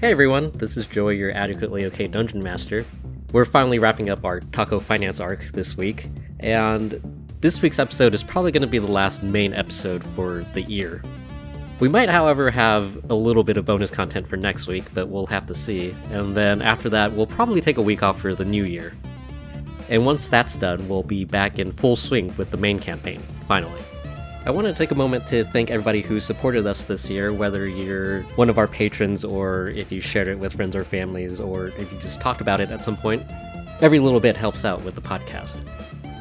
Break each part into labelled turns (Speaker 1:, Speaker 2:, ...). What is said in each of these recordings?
Speaker 1: Hey everyone, this is Joey, your adequately okay dungeon master. We're finally wrapping up our taco finance arc this week, and this week's episode is probably going to be the last main episode for the year. We might, however, have a little bit of bonus content for next week, but we'll have to see. And then after that, we'll probably take a week off for the new year. And once that's done, we'll be back in full swing with the main campaign, finally. I want to take a moment to thank everybody who supported us this year, whether you're one of our patrons or if you shared it with friends or families or if you just talked about it at some point. Every little bit helps out with the podcast.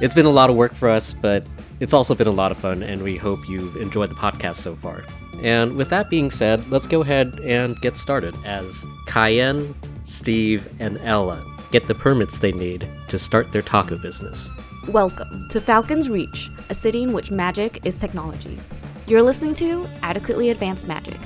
Speaker 1: It's been a lot of work for us, but it's also been a lot of fun, and we hope you've enjoyed the podcast so far. And with that being said, let's go ahead and get started as Cayenne, Steve, and Ella get the permits they need to start their taco business.
Speaker 2: Welcome to Falcon's Reach, a city in which magic is technology. You're listening to Adequately Advanced Magic.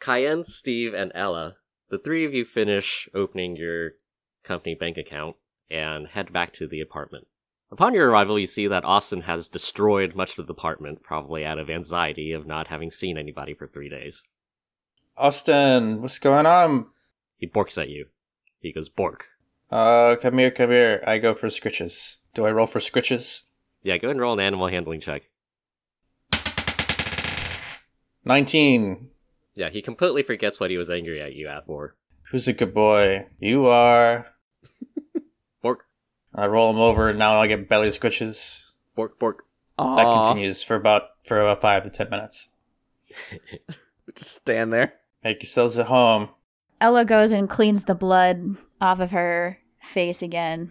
Speaker 1: Cayenne, Steve, and Ella, the three of you finish opening your company bank account and head back to the apartment. Upon your arrival, you see that Austin has destroyed much of the apartment, probably out of anxiety of not having seen anybody for three days.
Speaker 3: Austin, what's going on?
Speaker 1: He borks at you. He goes, Bork.
Speaker 3: Uh, come here, come here. I go for scritches. Do I roll for scritches?
Speaker 1: Yeah, go and roll an animal handling check.
Speaker 3: 19.
Speaker 1: Yeah, he completely forgets what he was angry at you at for.
Speaker 3: Who's a good boy? You are.
Speaker 1: Bork,
Speaker 3: I roll him over, and now I get belly scritches.
Speaker 1: bork, bork.
Speaker 3: That
Speaker 4: Aw,
Speaker 3: continues for about for about five to ten minutes.
Speaker 4: Just stand there.
Speaker 3: Make yourselves at home.
Speaker 5: Ella goes and cleans the blood off of her face again.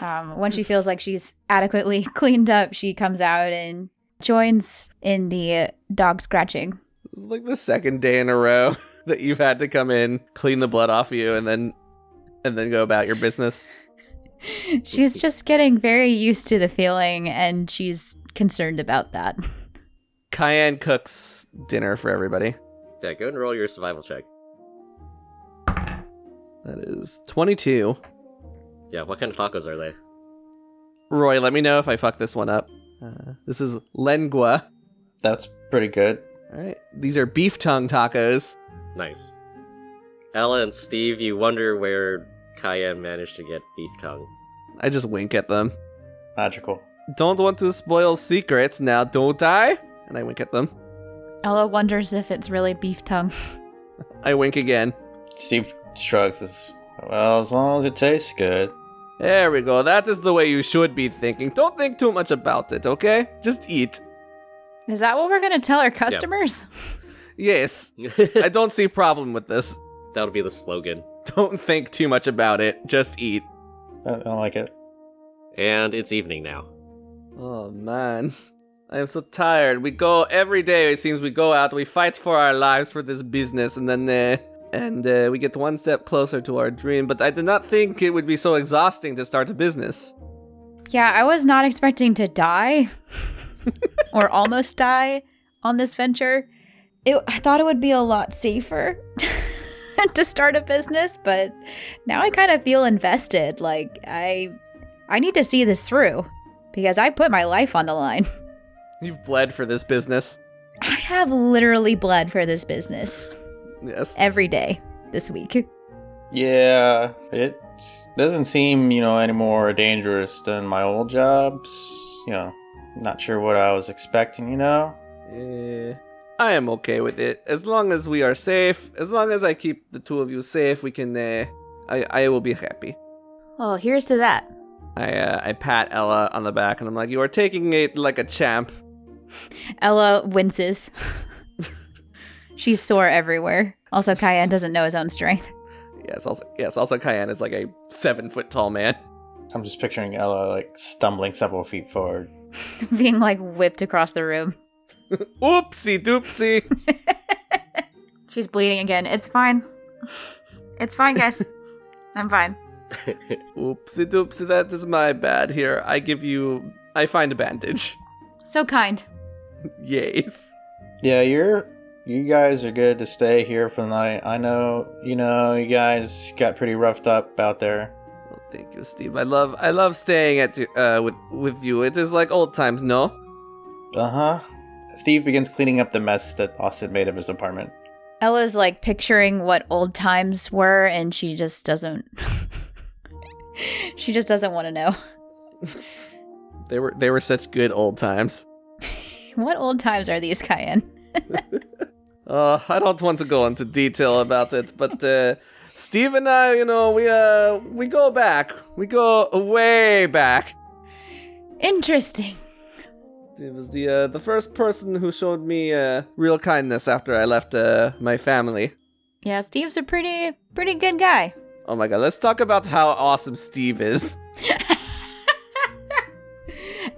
Speaker 5: um, when she feels like she's adequately cleaned up, she comes out and joins in the dog scratching.
Speaker 4: This is like the second day in a row that you've had to come in, clean the blood off you, and then and then go about your business.
Speaker 5: she's just getting very used to the feeling and she's concerned about that.
Speaker 4: Cayenne cooks dinner for everybody.
Speaker 1: Yeah, go and roll your survival check.
Speaker 4: That is 22.
Speaker 1: Yeah, what kind of tacos are they?
Speaker 4: Roy, let me know if I fuck this one up. Uh, this is lengua.
Speaker 3: That's pretty good.
Speaker 4: All right, these are beef tongue tacos.
Speaker 1: Nice. Ella and Steve, you wonder where Cayenne managed to get beef tongue.
Speaker 4: I just wink at them.
Speaker 3: Magical.
Speaker 4: Don't want to spoil secrets now, don't I? And I wink at them.
Speaker 5: Ella wonders if it's really beef tongue.
Speaker 4: I wink again.
Speaker 3: Steve shrugs. Says, well, as long as it tastes good.
Speaker 4: There we go. That is the way you should be thinking. Don't think too much about it, okay? Just eat.
Speaker 5: Is that what we're going to tell our customers?
Speaker 4: Yes. I
Speaker 1: That'll
Speaker 4: don't see a problem with this.
Speaker 1: be the slogan.
Speaker 4: Don't think too much about it. Just eat.
Speaker 3: I, I like it.
Speaker 1: And it's evening now.
Speaker 4: Oh man. I am so tired. We go every day. It seems we go out, we fight for our lives for this business, and then uh, and uh, we get one step closer to our dream. But I did not think it would be so exhausting to start a business.
Speaker 5: Yeah, I was not expecting to die or almost die on this venture. It, I thought it would be a lot safer to start a business, but now I kind of feel invested. Like I I need to see this through because I put my life on the line.
Speaker 4: You've bled for this business.
Speaker 5: I have literally bled for this business
Speaker 4: Yes.
Speaker 5: every day this week.
Speaker 3: Yeah, it doesn't seem you know any more dangerous than my old jobs. You know, not sure what I was expecting. You know.
Speaker 4: Eh, I am okay with it. As long as we are safe, as long as I keep the two of you safe, we can. Uh, I I will be happy.
Speaker 5: Well, Oh, here's to that.
Speaker 4: I uh, I pat Ella on the back and I'm like, "You are taking it like a champ."
Speaker 5: Ella winces. She's sore everywhere. Also, Kyan doesn't know his own strength.
Speaker 4: Yes, also yes, also Cayenne is like a seven foot tall man.
Speaker 3: I'm just picturing Ella like stumbling several feet forward.
Speaker 5: Being like whipped across the room.
Speaker 4: Oopsie doopsie.
Speaker 5: She's bleeding again. It's fine. It's fine, guys. I'm fine.
Speaker 4: Oopsie doopsie, that is my bad here. I give you I find a bandage.
Speaker 5: So kind.
Speaker 4: Yes.
Speaker 3: Yeah, you're you guys are good to stay here for the night. I know, you know, you guys got pretty roughed up out there.
Speaker 4: Well, Oh, thank you, Steve. I love I love staying at you- uh with with you. It is like old times, no?
Speaker 3: Uh huh. Steve begins cleaning up the mess that Austin made of his apartment.
Speaker 5: Ella's like picturing what old times were, and she just doesn't. she just doesn't want to know.
Speaker 4: They were they were such good old times.
Speaker 5: What old times are these, Cayenne?
Speaker 4: Uh, I don't want to go into detail about it, but uh, Steve and I, you know, we uh, we go back, we go way back.
Speaker 5: Interesting.
Speaker 4: It was the uh, the first person who showed me uh, real kindness after I left uh, my family.
Speaker 5: Yeah, Steve's a pretty, pretty good guy.
Speaker 4: Oh my god, let's talk about how awesome Steve is.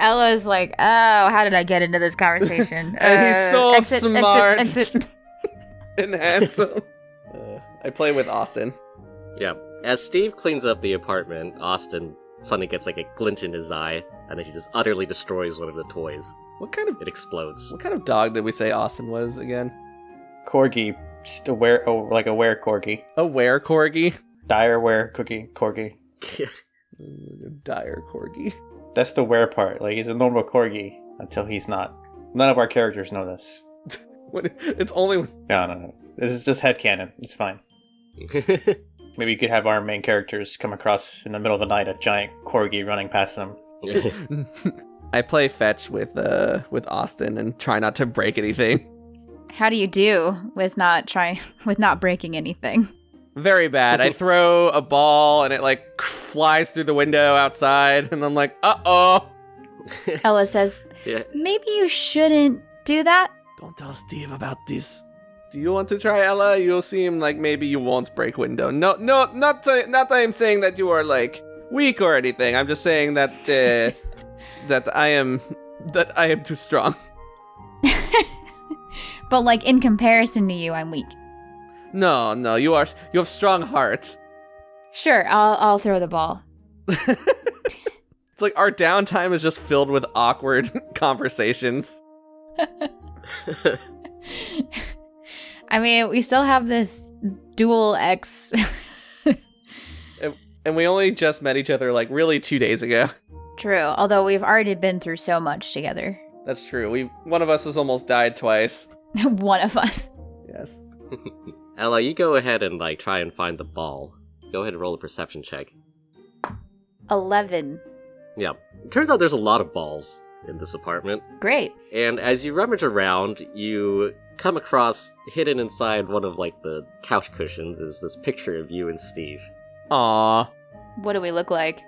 Speaker 5: Ella's like, oh, how did I get into this conversation? Uh,
Speaker 4: And he's so smart.
Speaker 5: exit.
Speaker 4: and handsome. Uh, I play with Austin.
Speaker 1: Yeah. As Steve cleans up the apartment, Austin suddenly gets like a glint in his eye, and then he just utterly destroys one of the toys.
Speaker 4: What kind of
Speaker 1: It explodes.
Speaker 4: what kind of dog did we say Austin was again?
Speaker 3: Corgi, just a were, oh, like a were corgi,
Speaker 4: A were corgi.
Speaker 3: dire were cookie corgi.
Speaker 4: Dire corgi.
Speaker 3: That's the were part. Like he's a normal corgi until he's not. None of our characters know this.
Speaker 4: What? It's only
Speaker 3: No, no, no. This is just headcanon. It's fine. Maybe you could have our main characters come across in the middle of the night a giant corgi running past them.
Speaker 4: I play fetch with uh with Austin and try not to break anything.
Speaker 5: How do you do with not trying, with not breaking anything?
Speaker 4: Very bad. I throw a ball and it like flies through the window outside, and I'm like, uh oh.
Speaker 5: Ella says,
Speaker 1: yeah.
Speaker 5: maybe you shouldn't do that.
Speaker 4: Don't tell Steve about this. Do you want to try Ella? You seem like maybe you won't break window. No, no, not to, not that I'm saying that you are like weak or anything. I'm just saying that uh, that I am that I am too strong.
Speaker 5: But like in comparison to you, I'm weak.
Speaker 4: No, no, you are you have strong heart.
Speaker 5: Sure, I'll I'll throw the ball.
Speaker 4: It's like our downtime is just filled with awkward conversations.
Speaker 5: I mean, we still have this dual X.
Speaker 4: And we only just met each other like really two days ago.
Speaker 5: True, although we've already been through so much together.
Speaker 4: That's true. We one of us has almost died twice.
Speaker 5: One of us.
Speaker 4: Yes.
Speaker 1: Ella, you go ahead and like try and find the ball. Go ahead and roll a perception check.
Speaker 5: 11.
Speaker 1: Yeah. Turns out there's a lot of balls in this apartment.
Speaker 5: Great.
Speaker 1: And as you rummage around, you come across hidden inside one of like the couch cushions is this picture of you and Steve.
Speaker 4: Aw.
Speaker 5: What do we look like?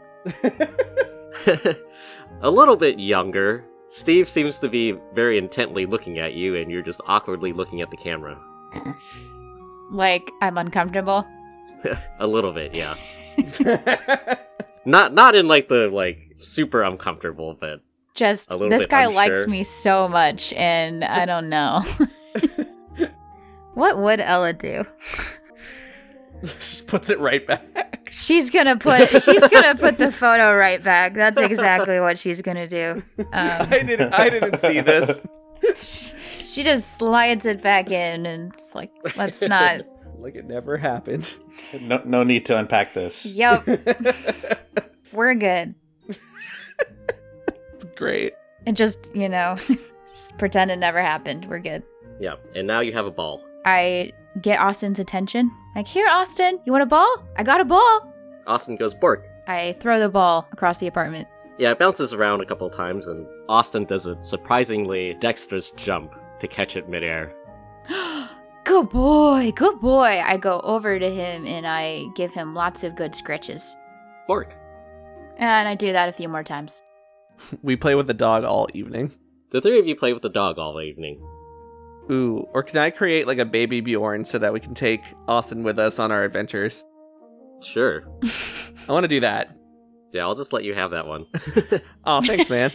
Speaker 1: a little bit younger. Steve seems to be very intently looking at you and you're just awkwardly looking at the camera.
Speaker 5: Like, I'm uncomfortable.
Speaker 1: A little bit, yeah. Not not in like the like super uncomfortable, but
Speaker 5: Just,
Speaker 1: A little
Speaker 5: this
Speaker 1: bit
Speaker 5: guy
Speaker 1: unsure.
Speaker 5: likes me so much, and I don't know. what would Ella do?
Speaker 4: Just puts it right back.
Speaker 5: She's gonna put she's gonna put the photo right back. That's exactly what she's gonna do. Um,
Speaker 4: I didn't I didn't see this.
Speaker 5: she just slides it back in, and it's like, let's not.
Speaker 4: Like it never happened.
Speaker 3: No, no need to unpack this.
Speaker 5: Yep, we're good.
Speaker 4: It's great.
Speaker 5: And just you know, just pretend it never happened. We're good.
Speaker 1: yeah. And now you have a ball.
Speaker 5: I get Austin's attention. Like, here, Austin, you want a ball? I got a ball.
Speaker 1: Austin goes Bork.
Speaker 5: I throw the ball across the apartment.
Speaker 1: Yeah, it bounces around a couple times and Austin does a surprisingly dexterous jump to catch it midair.
Speaker 5: good boy, good boy. I go over to him and I give him lots of good scratches.
Speaker 1: Bork.
Speaker 5: And I do that a few more times.
Speaker 4: We play with the dog all evening.
Speaker 1: The three of you play with the dog all evening.
Speaker 4: Ooh, or can I create like a baby Bjorn so that we can take Austin with us on our adventures?
Speaker 1: Sure.
Speaker 4: I want to do that.
Speaker 1: Yeah, I'll just let you have that one.
Speaker 4: Oh, thanks, man.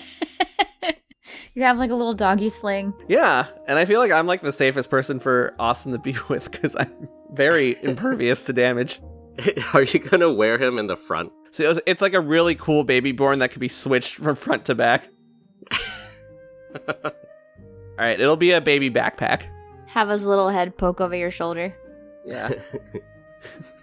Speaker 5: you have like a little doggy sling.
Speaker 4: yeah, and I feel like I'm like the safest person for Austin to be with because I'm very impervious to damage.
Speaker 1: Are you gonna wear him in the front?
Speaker 4: So it was, it's like a really cool baby Bjorn that could be switched from front to back. All right, it'll be a baby backpack.
Speaker 5: Have his little head poke over your shoulder.
Speaker 4: Yeah.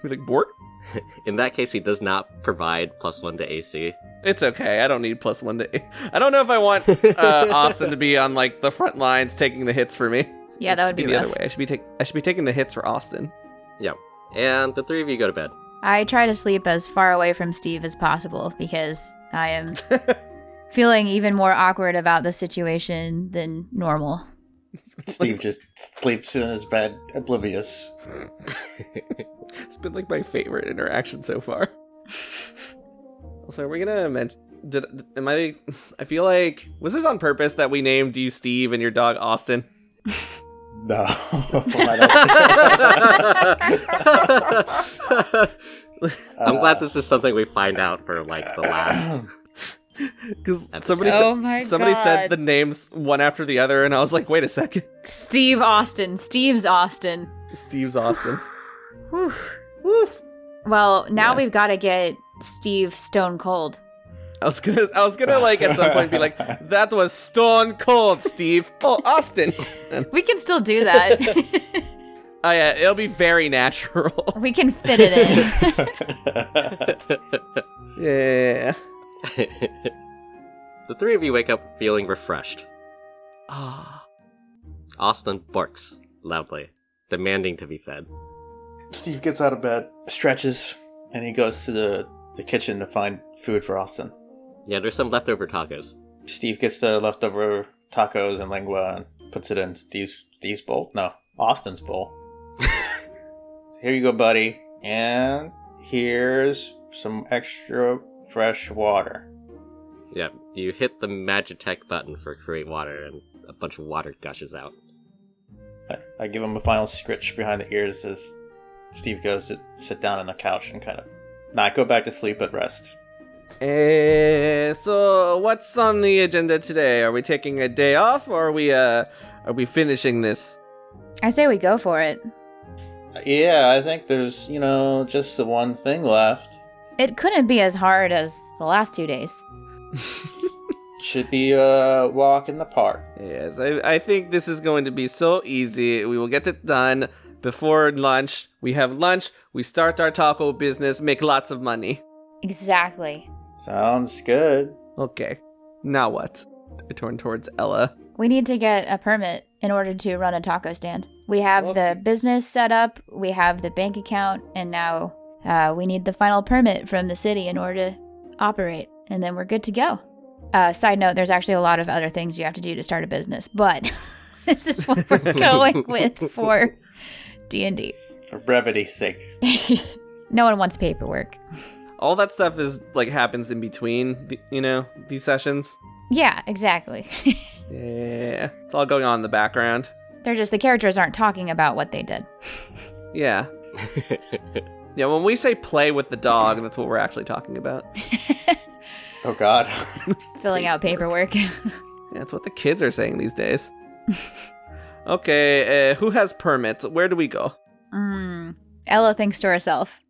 Speaker 4: Be like, Bork?
Speaker 1: In that case, he does not provide plus one to AC.
Speaker 4: It's okay. I don't need plus one to. I don't know if I want uh, Austin to be on like the front lines taking the hits for me.
Speaker 5: Yeah, that
Speaker 4: It
Speaker 5: would
Speaker 4: should
Speaker 5: be
Speaker 4: the
Speaker 5: rough.
Speaker 4: other way. I should be take. I should be taking the hits for Austin.
Speaker 1: And the three of you go to bed.
Speaker 5: I try to sleep as far away from Steve as possible because I am feeling even more awkward about the situation than normal.
Speaker 3: Steve just sleeps in his bed, oblivious.
Speaker 4: It's been like my favorite interaction so far. also, are we gonna mention? Did am I? I feel like was this on purpose that we named you Steve and your dog Austin?
Speaker 3: No. I
Speaker 1: I'm
Speaker 3: Uh.
Speaker 1: glad this is something we find out for like the last.
Speaker 4: Because
Speaker 1: Episode.
Speaker 4: somebody
Speaker 5: Oh
Speaker 4: said
Speaker 5: my
Speaker 4: somebody said
Speaker 5: God.
Speaker 4: the names one after the other, and I was like, wait a second,
Speaker 5: Steve Austin. Steve's Austin.
Speaker 4: Steve's Austin.
Speaker 5: Whew.
Speaker 4: Woof.
Speaker 5: Well, now
Speaker 4: Yeah.
Speaker 5: we've got to get Steve stone cold.
Speaker 4: I was gonna, I was gonna like at some point be like, that was stone cold, Steve. Oh, Austin.
Speaker 5: We can still do that.
Speaker 4: Oh yeah, it'll be very natural.
Speaker 5: we can fit it in.
Speaker 3: don't-
Speaker 4: yeah.
Speaker 1: the three of you wake up feeling refreshed.
Speaker 4: Ah.
Speaker 1: Austin barks loudly, demanding to be fed.
Speaker 3: Steve gets out of bed, stretches, and he goes to the, the kitchen to find food for Austin.
Speaker 1: Yeah, there's some leftover tacos.
Speaker 3: Steve gets the leftover tacos and lingua and puts it in Steve's, Steve's bowl? No, Austin's bowl. so here you go, buddy. And here's some extra fresh water.
Speaker 1: Yeah, you hit the Magitech button for create water, and a bunch of water gushes out.
Speaker 3: I, I give him a final scritch behind the ears as Steve goes to sit down on the couch and kind of not go back to sleep but rest.
Speaker 4: Eh, so what's on the agenda today? Are we taking a day off, or are we uh, are we finishing this?
Speaker 5: I say we go for it.
Speaker 3: Yeah, I think there's, you know, just the one thing left.
Speaker 5: It couldn't be as hard as the last two days.
Speaker 3: Should be a walk in the park.
Speaker 4: Yes, I I think this is going to be so easy. We will get it done before lunch. We have lunch. We start our taco business. Make lots of money.
Speaker 5: Exactly.
Speaker 3: Sounds good.
Speaker 4: Okay. Now what? I turn towards Ella.
Speaker 5: We need to get a permit in order to run a taco stand. We have the business set up, we have the bank account, and now uh, we need the final permit from the city in order to operate, and then we're good to go. Uh, side note, there's actually a lot of other things you have to do to start a business, but this is what we're going with for D&D.
Speaker 3: For brevity's sake.
Speaker 5: no one wants paperwork.
Speaker 4: all that stuff is like happens in between th- you know these sessions
Speaker 5: Yeah, exactly.
Speaker 4: yeah it's all going on in the background
Speaker 5: They're just the characters aren't talking about what they did.
Speaker 4: yeah yeah when we say play with the dog that's what we're actually talking about
Speaker 3: Oh, God.
Speaker 5: Filling out paperwork.
Speaker 4: Yeah, that's what the kids are saying these days okay uh, who has permits where do we go
Speaker 5: mm. Ella thinks to herself,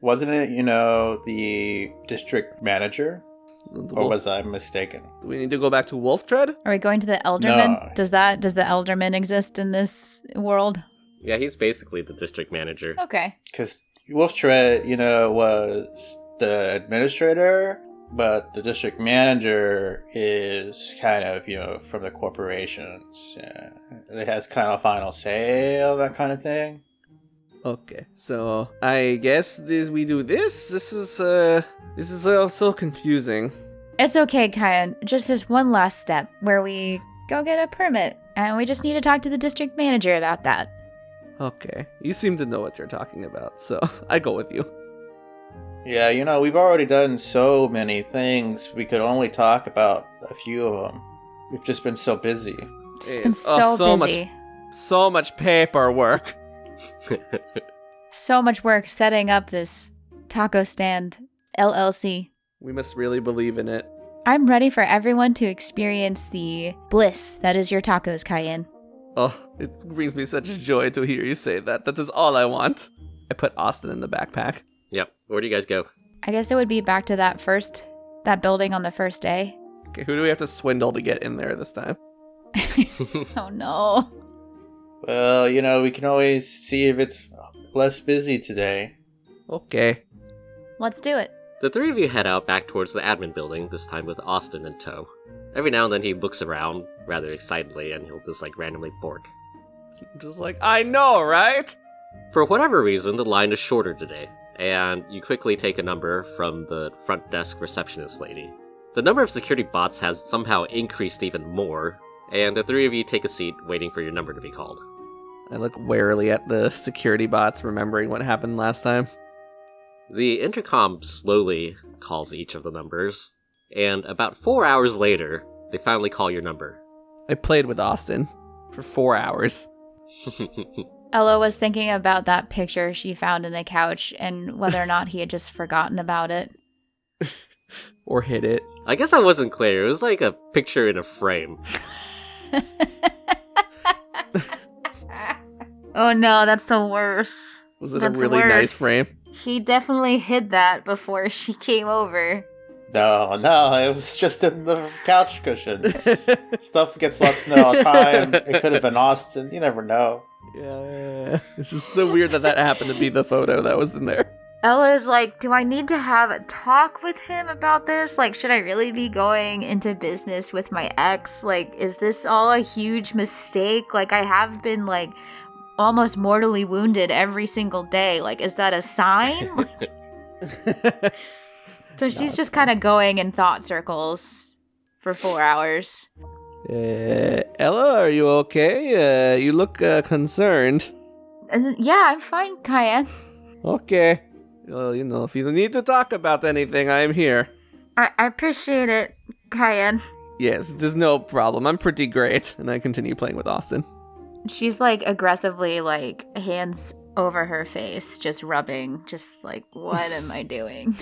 Speaker 3: Wasn't it, you know, the district manager? Or
Speaker 4: Wolf-
Speaker 3: was I mistaken?
Speaker 4: do we need to go back to wolf tread
Speaker 5: Are we going to the Elderman?
Speaker 3: No.
Speaker 5: Does that does the Elderman exist in this world?
Speaker 1: Yeah, he's basically the district manager.
Speaker 5: Okay.
Speaker 3: Because Wolf Tread, you know, was the administrator, but the district manager is kind of, you know, from the corporations. Yeah. It has kind of final say, all that kind of thing.
Speaker 4: okay so i guess this we do this this is uh this is uh, so confusing
Speaker 5: It's okay, Kyan. Just this one last step where we go get a permit and we just need to talk to the district manager about that.
Speaker 4: okay you seem to know what you're talking about so i go with you
Speaker 3: Yeah, you know, we've already done so many things. We could only talk about a few of them. We've just been so busy.
Speaker 5: Just
Speaker 4: It
Speaker 5: been
Speaker 4: is-
Speaker 5: so,
Speaker 4: oh, so much-
Speaker 5: busy.
Speaker 4: So much paperwork.
Speaker 5: So much work setting up this taco stand LLC.
Speaker 4: We must really believe in it.
Speaker 5: I'm ready for everyone to experience the bliss that is your tacos, Cayenne.
Speaker 4: Oh, it brings me such joy to hear you say that. That is all I want. I put Austin in the backpack.
Speaker 1: yep. Where do you guys go?
Speaker 5: I guess it would be back to that first, that building on the first day.
Speaker 4: Okay, who do we have to swindle to get in there this time?
Speaker 5: Oh no.
Speaker 3: Well, you know, we can always see if it's less busy today.
Speaker 4: Okay.
Speaker 5: Let's do it.
Speaker 1: The three of you head out back towards the admin building, this time with Austin in tow. Every now and then he looks around rather excitedly and he'll just like randomly bork.
Speaker 4: Just like, I know, right?
Speaker 1: For whatever reason, the line is shorter today, and you quickly take a number from the front desk receptionist lady. The number of security bots has somehow increased even more, and the three of you take a seat waiting for your number to be called.
Speaker 4: I look warily at the security bots, remembering what happened last time.
Speaker 1: The intercom slowly calls each of the numbers, and about four hours later, they finally call your number.
Speaker 4: I played with Austin for four hours.
Speaker 5: Ella was thinking about that picture she found in the couch and whether or not he had just forgotten about it.
Speaker 4: Or hit it.
Speaker 1: I guess I wasn't clear. It was like a picture in a frame.
Speaker 6: Oh no, that's the worst.
Speaker 4: Was it
Speaker 6: That's
Speaker 4: a really
Speaker 6: worse.
Speaker 4: nice frame?
Speaker 6: He definitely hid that before she came over.
Speaker 3: No, no, it was just in the couch cushions. Stuff gets lost in all the time. It could have been Austin. You never know.
Speaker 4: Yeah. This is so weird that that happened to be the photo that was in there.
Speaker 6: Ella is like, Do I need to have a talk with him about this? Like, should I really be going into business with my ex? Like, is this all a huge mistake? Like, I have been, like, almost mortally wounded every single day. Like, is that a sign?
Speaker 5: So she's just kind of going in thought circles for four hours.
Speaker 4: Uh, Ella, are you okay? Uh, you look uh, concerned.
Speaker 6: and then- yeah, I'm fine, Kaya.
Speaker 4: Okay. Well, you know, if you need to talk about anything, I am here.
Speaker 6: I, I appreciate it, Kaya.
Speaker 4: Yes, there's no problem. I'm pretty great. And I continue playing with Austin.
Speaker 6: She's like aggressively like hands over her face, just rubbing, just like, what am I doing?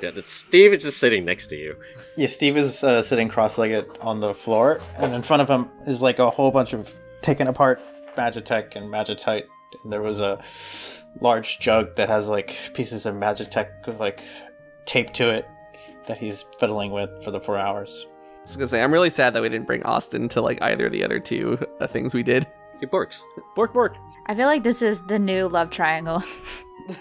Speaker 1: Yeah, but Steve is just sitting next to you.
Speaker 3: Yeah, Steve is uh, sitting cross-legged on the floor, and in front of him is like a whole bunch of taken apart Magitech and Magitite. And there was a large jug that has like pieces of Magitech like taped to it that he's fiddling with for the four hours.
Speaker 4: I was gonna say, I'm really sad that we didn't bring Austin to like either of the other two uh, things we did.
Speaker 1: He borks.
Speaker 4: Bork, bork.
Speaker 5: I feel like this is the new love triangle.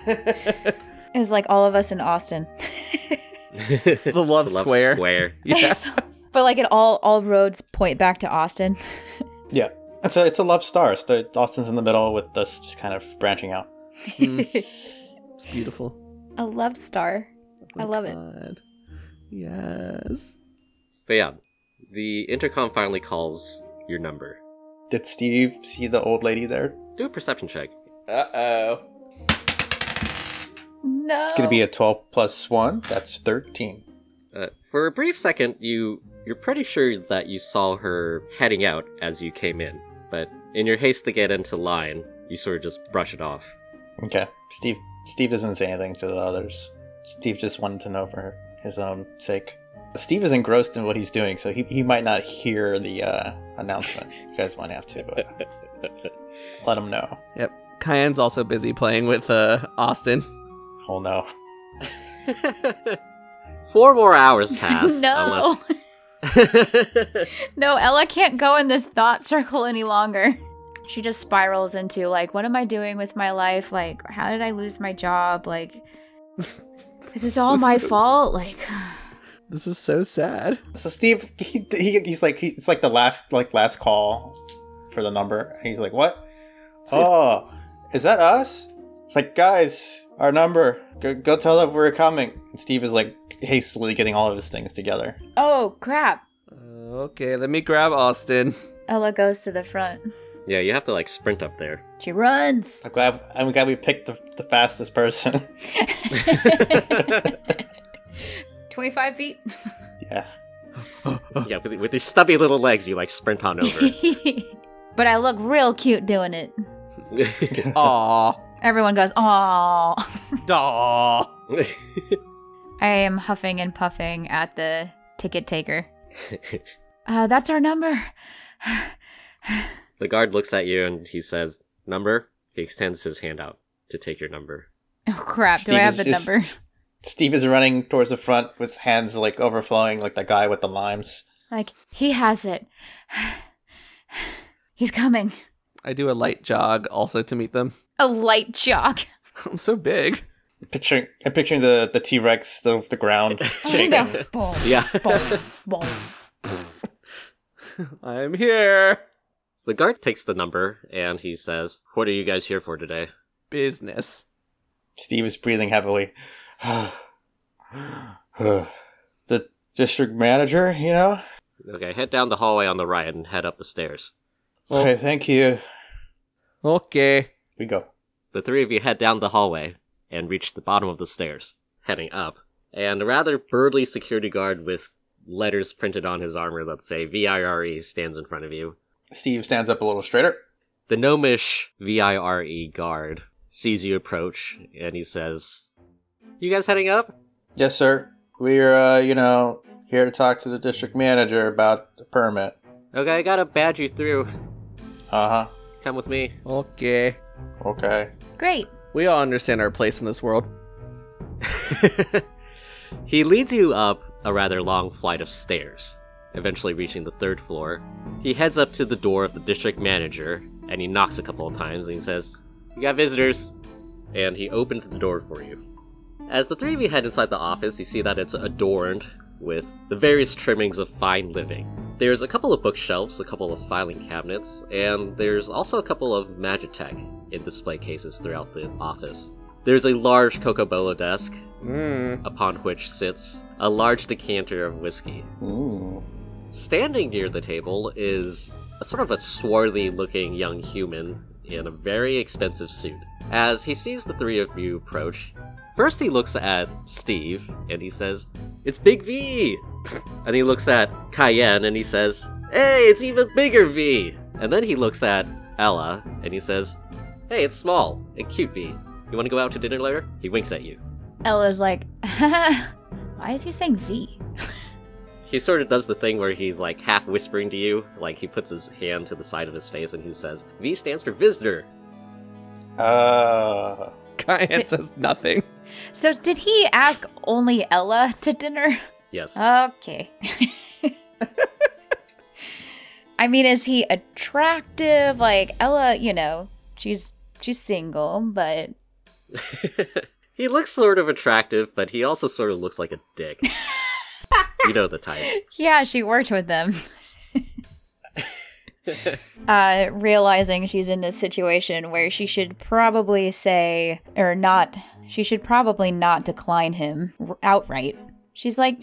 Speaker 5: Is like all of us in Austin.
Speaker 1: the
Speaker 4: love square.
Speaker 1: square.
Speaker 4: Yeah.
Speaker 5: but like it all all roads point back to Austin.
Speaker 3: Yeah, it's a it's a love stars. The Austin's in the middle with this just kind of branching out.
Speaker 4: Mm. It's beautiful.
Speaker 5: A
Speaker 4: Oh
Speaker 5: love star. I love it.
Speaker 4: God. Yes.
Speaker 1: But yeah, the intercom finally calls your number.
Speaker 3: Did Steve see the old lady there?
Speaker 1: Do a perception check.
Speaker 4: Uh oh.
Speaker 5: No.
Speaker 3: It's gonna be a twelve plus one. That's thirteen.
Speaker 1: Uh, for a brief second, you you're pretty sure that you saw her heading out as you came in, but in your haste to get into line, you sort of just brush it off.
Speaker 3: Okay. Steve Steve doesn't say anything to the others. Steve just wanted to know for his own sake. Steve is engrossed in what he's doing, so he, he might not hear the uh, announcement. You guys might have to uh, let him know.
Speaker 4: Yep. Cayenne's also busy playing with uh, Austin.
Speaker 3: Oh no.
Speaker 1: Four more hours pass.
Speaker 5: no.
Speaker 1: Unless...
Speaker 5: No, Ella can't go in this thought circle any longer. She just spirals into like, what am I doing with my life? Like, how did I lose my job? Like, is this all my fault? Like,
Speaker 4: This is so sad.
Speaker 3: So Steve, he, he he's like he, it's like the last like last call for the number. And he's like, what? Oh, is that us? It's like guys, our number. Go, go tell them we're coming. And Steve is like hastily getting all of his things together.
Speaker 5: oh crap.
Speaker 4: Uh, okay, let me grab Austin.
Speaker 5: Ella goes to the front.
Speaker 1: Yeah, you have to like sprint up there.
Speaker 5: She runs.
Speaker 3: I'm glad. I'm glad we picked the, the fastest person.
Speaker 5: 25 feet.
Speaker 3: yeah.
Speaker 1: yeah, with, with your stubby little legs, you like sprint on over.
Speaker 5: but I look real cute doing it.
Speaker 4: Aw.
Speaker 5: Everyone goes, "Aw."
Speaker 4: Aw.
Speaker 5: I am huffing and puffing at the ticket taker. Uh, that's our number.
Speaker 1: the guard looks at you and he says, "Number." He extends his hand out to take your number.
Speaker 5: Oh crap! Do I have the number?
Speaker 3: Steve is running towards the front with his hands like overflowing, like the guy with the limes.
Speaker 5: Like he has it. He's coming.
Speaker 4: I do a light jog also to meet them.
Speaker 5: A light jog.
Speaker 4: I'm so big.
Speaker 3: Picturing, I'm picturing the the T Rex, the, the ground. shaking.
Speaker 5: Boom,
Speaker 1: Yeah.
Speaker 5: boom, boom.
Speaker 4: I'm here.
Speaker 1: The guard takes the number and he says, "What are you guys here for today?"
Speaker 4: Business.
Speaker 3: Steve is breathing heavily. the district manager, you know.
Speaker 1: Okay, head down the hallway on the right and head up the stairs.
Speaker 3: Okay, thank you.
Speaker 4: Okay.
Speaker 3: We go.
Speaker 1: The three of you head down the hallway and reach the bottom of the stairs, heading up. And a rather burly security guard with letters printed on his armor that say VIRE E, stands in front of you.
Speaker 3: Steve stands up a little straighter.
Speaker 1: The gnomish VIRE E guard sees you approach and he says, You guys heading up?
Speaker 3: Yes, sir. We're, uh, you know, here to talk to the district manager about the permit.
Speaker 1: Okay, I gotta badge you through.
Speaker 3: Uh huh.
Speaker 1: Come with me.
Speaker 4: Okay.
Speaker 3: Okay.
Speaker 5: Great.
Speaker 4: We all understand our place in this world.
Speaker 1: he leads you up a rather long flight of stairs, eventually reaching the third floor. He heads up to the door of the district manager and he knocks a couple of times and he says, You got visitors. And he opens the door for you. As the three of you head inside the office, you see that it's adorned with the various trimmings of fine living. There's a couple of bookshelves, a couple of filing cabinets, and there's also a couple of Magitech in display cases throughout the office. There's a large Cocobolo desk
Speaker 4: Mm.
Speaker 1: upon which sits a large decanter of whiskey.
Speaker 3: Ooh.
Speaker 1: Standing near the table is a sort of a swarthy looking young human in a very expensive suit. As he sees the three of you approach, first he looks at Steve and he says, It's Big V! and he looks at Cayenne and he says, Hey, it's even bigger V! And then he looks at Ella and he says, Hey, it's small and cute V. You want to go out to dinner later? He winks at you.
Speaker 5: Ella's like, why is he saying V?
Speaker 1: He sort of does the thing where he's like half whispering to you, like he puts his hand to the side of his face and he says, V stands for visitor.
Speaker 3: Uh,
Speaker 4: Cayenne says nothing.
Speaker 5: So did he ask only Ella to dinner?
Speaker 1: Yes.
Speaker 5: Oh. Okay. I mean, is he attractive? Like Ella, you know, she's she's single, but
Speaker 1: he looks sort of attractive, but he also sort of looks like a dick. you know the type.
Speaker 5: yeah, she worked with them. uh, realizing she's in this situation where she should probably say or not, she should probably not decline him r- outright. She's like,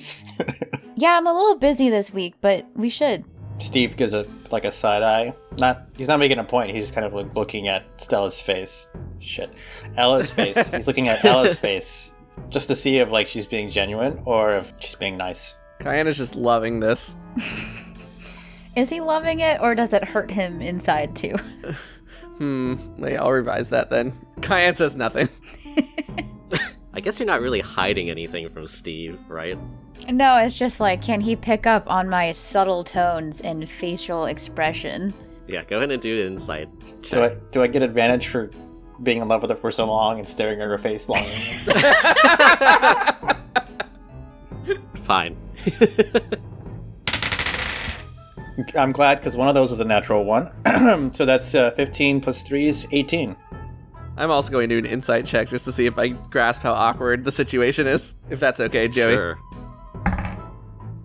Speaker 5: "Yeah, I'm a little busy this week, but we should."
Speaker 3: Steve gives a like a side eye. Not he's not making a point. He's just kind of like looking at Stella's face. Shit, Ella's face. he's looking at Ella's face just to see if like she's being genuine or if she's being nice.
Speaker 4: Cayenne is just loving this.
Speaker 5: Is he loving it, or does it hurt him inside too?
Speaker 4: Hmm. Wait, I'll revise that then. Cayenne says nothing.
Speaker 1: I guess you're not really hiding anything from Steve, right?
Speaker 5: No, it's just like, can he pick up on my subtle tones and facial expression?
Speaker 1: Yeah, go ahead and do an insight.
Speaker 3: Do I
Speaker 1: Check.
Speaker 3: do I get advantage for being in love with her for so long and staring at her face long?
Speaker 1: Fine.
Speaker 3: I'm glad because one of those was a natural one. so that's uh, 15 plus 3 is 18.
Speaker 4: I'm also going to do an insight check just to see if I grasp how awkward the situation is. If that's okay, Joey.
Speaker 1: Sure.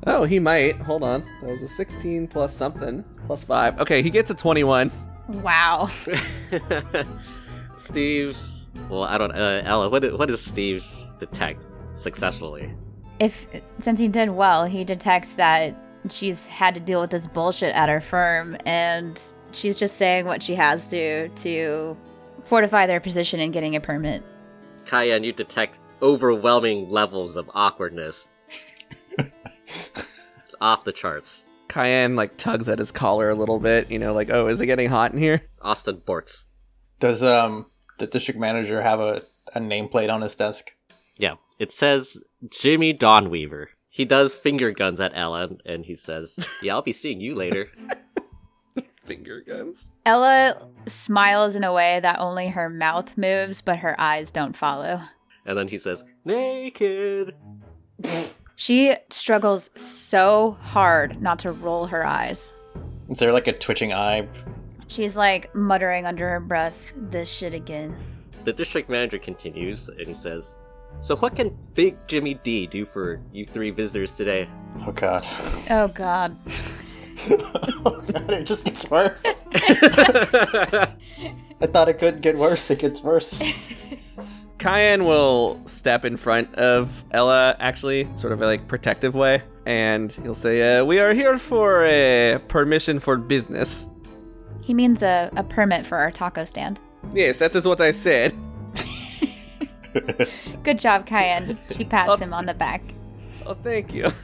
Speaker 4: Oh, he might. Hold on. That was a 16 plus something plus five. Okay, he gets a 21.
Speaker 5: Wow.
Speaker 1: Steve. Well, I don't. Uh, Ella, what, what does Steve detect successfully?
Speaker 5: If since he did well, he detects that she's had to deal with this bullshit at her firm and She's just saying what she has to to fortify their position in getting a permit.
Speaker 1: Kaya, and you detect overwhelming levels of awkwardness. it's off the charts.
Speaker 4: Cayenne like tugs at his collar a little bit, you know, like, oh, is it getting hot in here?
Speaker 1: Austin Bortz.
Speaker 3: Does um the district manager have a, a nameplate on his desk?
Speaker 1: Yeah, it says Jimmy Donweaver. He does finger guns at Ella, and he says, "Yeah, I'll be seeing you later."
Speaker 4: Finger guns.
Speaker 5: Ella smiles in a way that only her mouth moves, but her eyes don't follow.
Speaker 1: And then he says, "Naked."
Speaker 5: She struggles so hard not to roll her eyes.
Speaker 3: Is there like a twitching eye?
Speaker 5: She's like muttering under her breath, this shit again.
Speaker 1: The district manager continues, and he says, "So what can Big Jimmy D do for you three visitors today?"
Speaker 3: Oh god.
Speaker 5: Oh god.
Speaker 3: oh god, it just gets worse. I thought it could get worse, it gets worse.
Speaker 4: Cayenne will step in front of Ella, actually, sort of a, like protective way, and he'll say, uh, "We are here for uh, permission for business."
Speaker 5: He means a, a permit for our taco stand.
Speaker 4: Yes, that is what I said.
Speaker 5: Good job, Cayenne. She pats him on the back.
Speaker 4: Oh, thank you.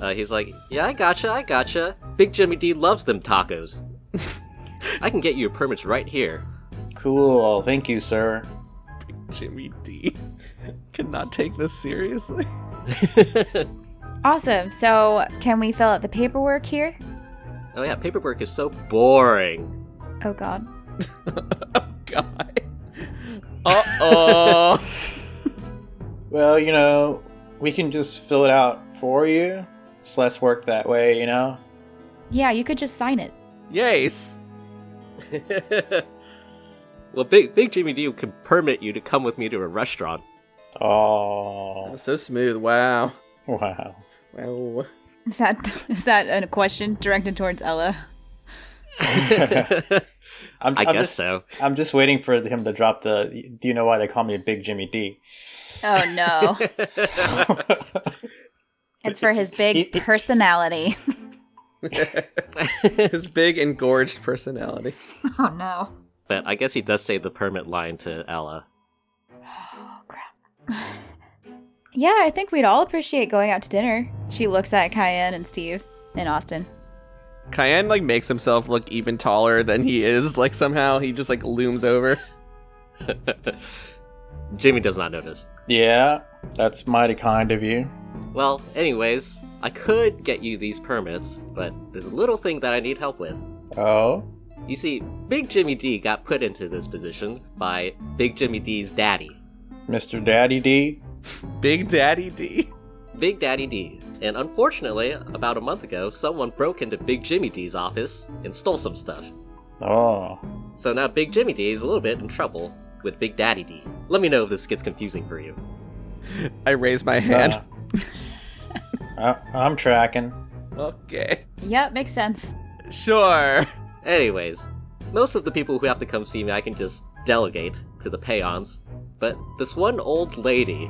Speaker 1: Uh, he's like, "Yeah, I gotcha, I gotcha." Big Jimmy D loves them tacos. I can get you your permits right here.
Speaker 3: Cool, thank you, sir.
Speaker 4: Jimmy D could not take this seriously.
Speaker 5: Awesome. So, can we fill out the paperwork here?
Speaker 1: Oh yeah, paperwork is so boring.
Speaker 5: Oh god.
Speaker 4: oh God. Uh oh.
Speaker 3: Well, you know, we can just fill it out for you. It's less work that way, you know?
Speaker 5: Yeah, you could just sign it.
Speaker 4: yes.
Speaker 1: well, Big Big Jimmy D can permit you to come with me to a restaurant.
Speaker 3: Oh,
Speaker 4: So smooth. Wow.
Speaker 3: wow.
Speaker 4: Wow.
Speaker 5: Is that is that a question directed towards Ella?
Speaker 3: I'm,
Speaker 1: I
Speaker 3: I'm
Speaker 1: guess
Speaker 3: just,
Speaker 1: so.
Speaker 3: I'm just waiting for him to drop the. Do you know why they call me Big Jimmy D?
Speaker 5: Oh no. it's for his big personality.
Speaker 4: His big engorged personality.
Speaker 6: Oh no.
Speaker 1: But I guess he does say the permit line to Ella.
Speaker 5: Oh crap. yeah, I think we'd all appreciate going out to dinner. She looks at Cayenne and Steve and Austin.
Speaker 4: Cayenne like makes himself look even taller than he is. Like somehow he just like looms over.
Speaker 1: Jimmy does not notice.
Speaker 3: Yeah, that's mighty kind of you.
Speaker 1: Well, anyways, I could get you these permits, but there's a little thing that I need help with.
Speaker 3: Oh,
Speaker 1: You see, Big Jimmy D got put into this position by Big Jimmy D's daddy,
Speaker 3: Mr. Daddy D.
Speaker 4: Big Daddy D.
Speaker 1: Big Daddy D. And unfortunately, about a month ago, someone broke into Big Jimmy D's office and stole some stuff.
Speaker 3: Oh,
Speaker 1: So now Big Jimmy D is a little bit in trouble with Big Daddy D. Let me know if this gets confusing for you.
Speaker 4: I raise my hand.
Speaker 3: uh, I, am tracking.
Speaker 4: Okay.
Speaker 5: Yep, makes sense.
Speaker 4: Sure.
Speaker 1: Anyways, most of the people who have to come see me, I can just delegate to the peons. But this one old lady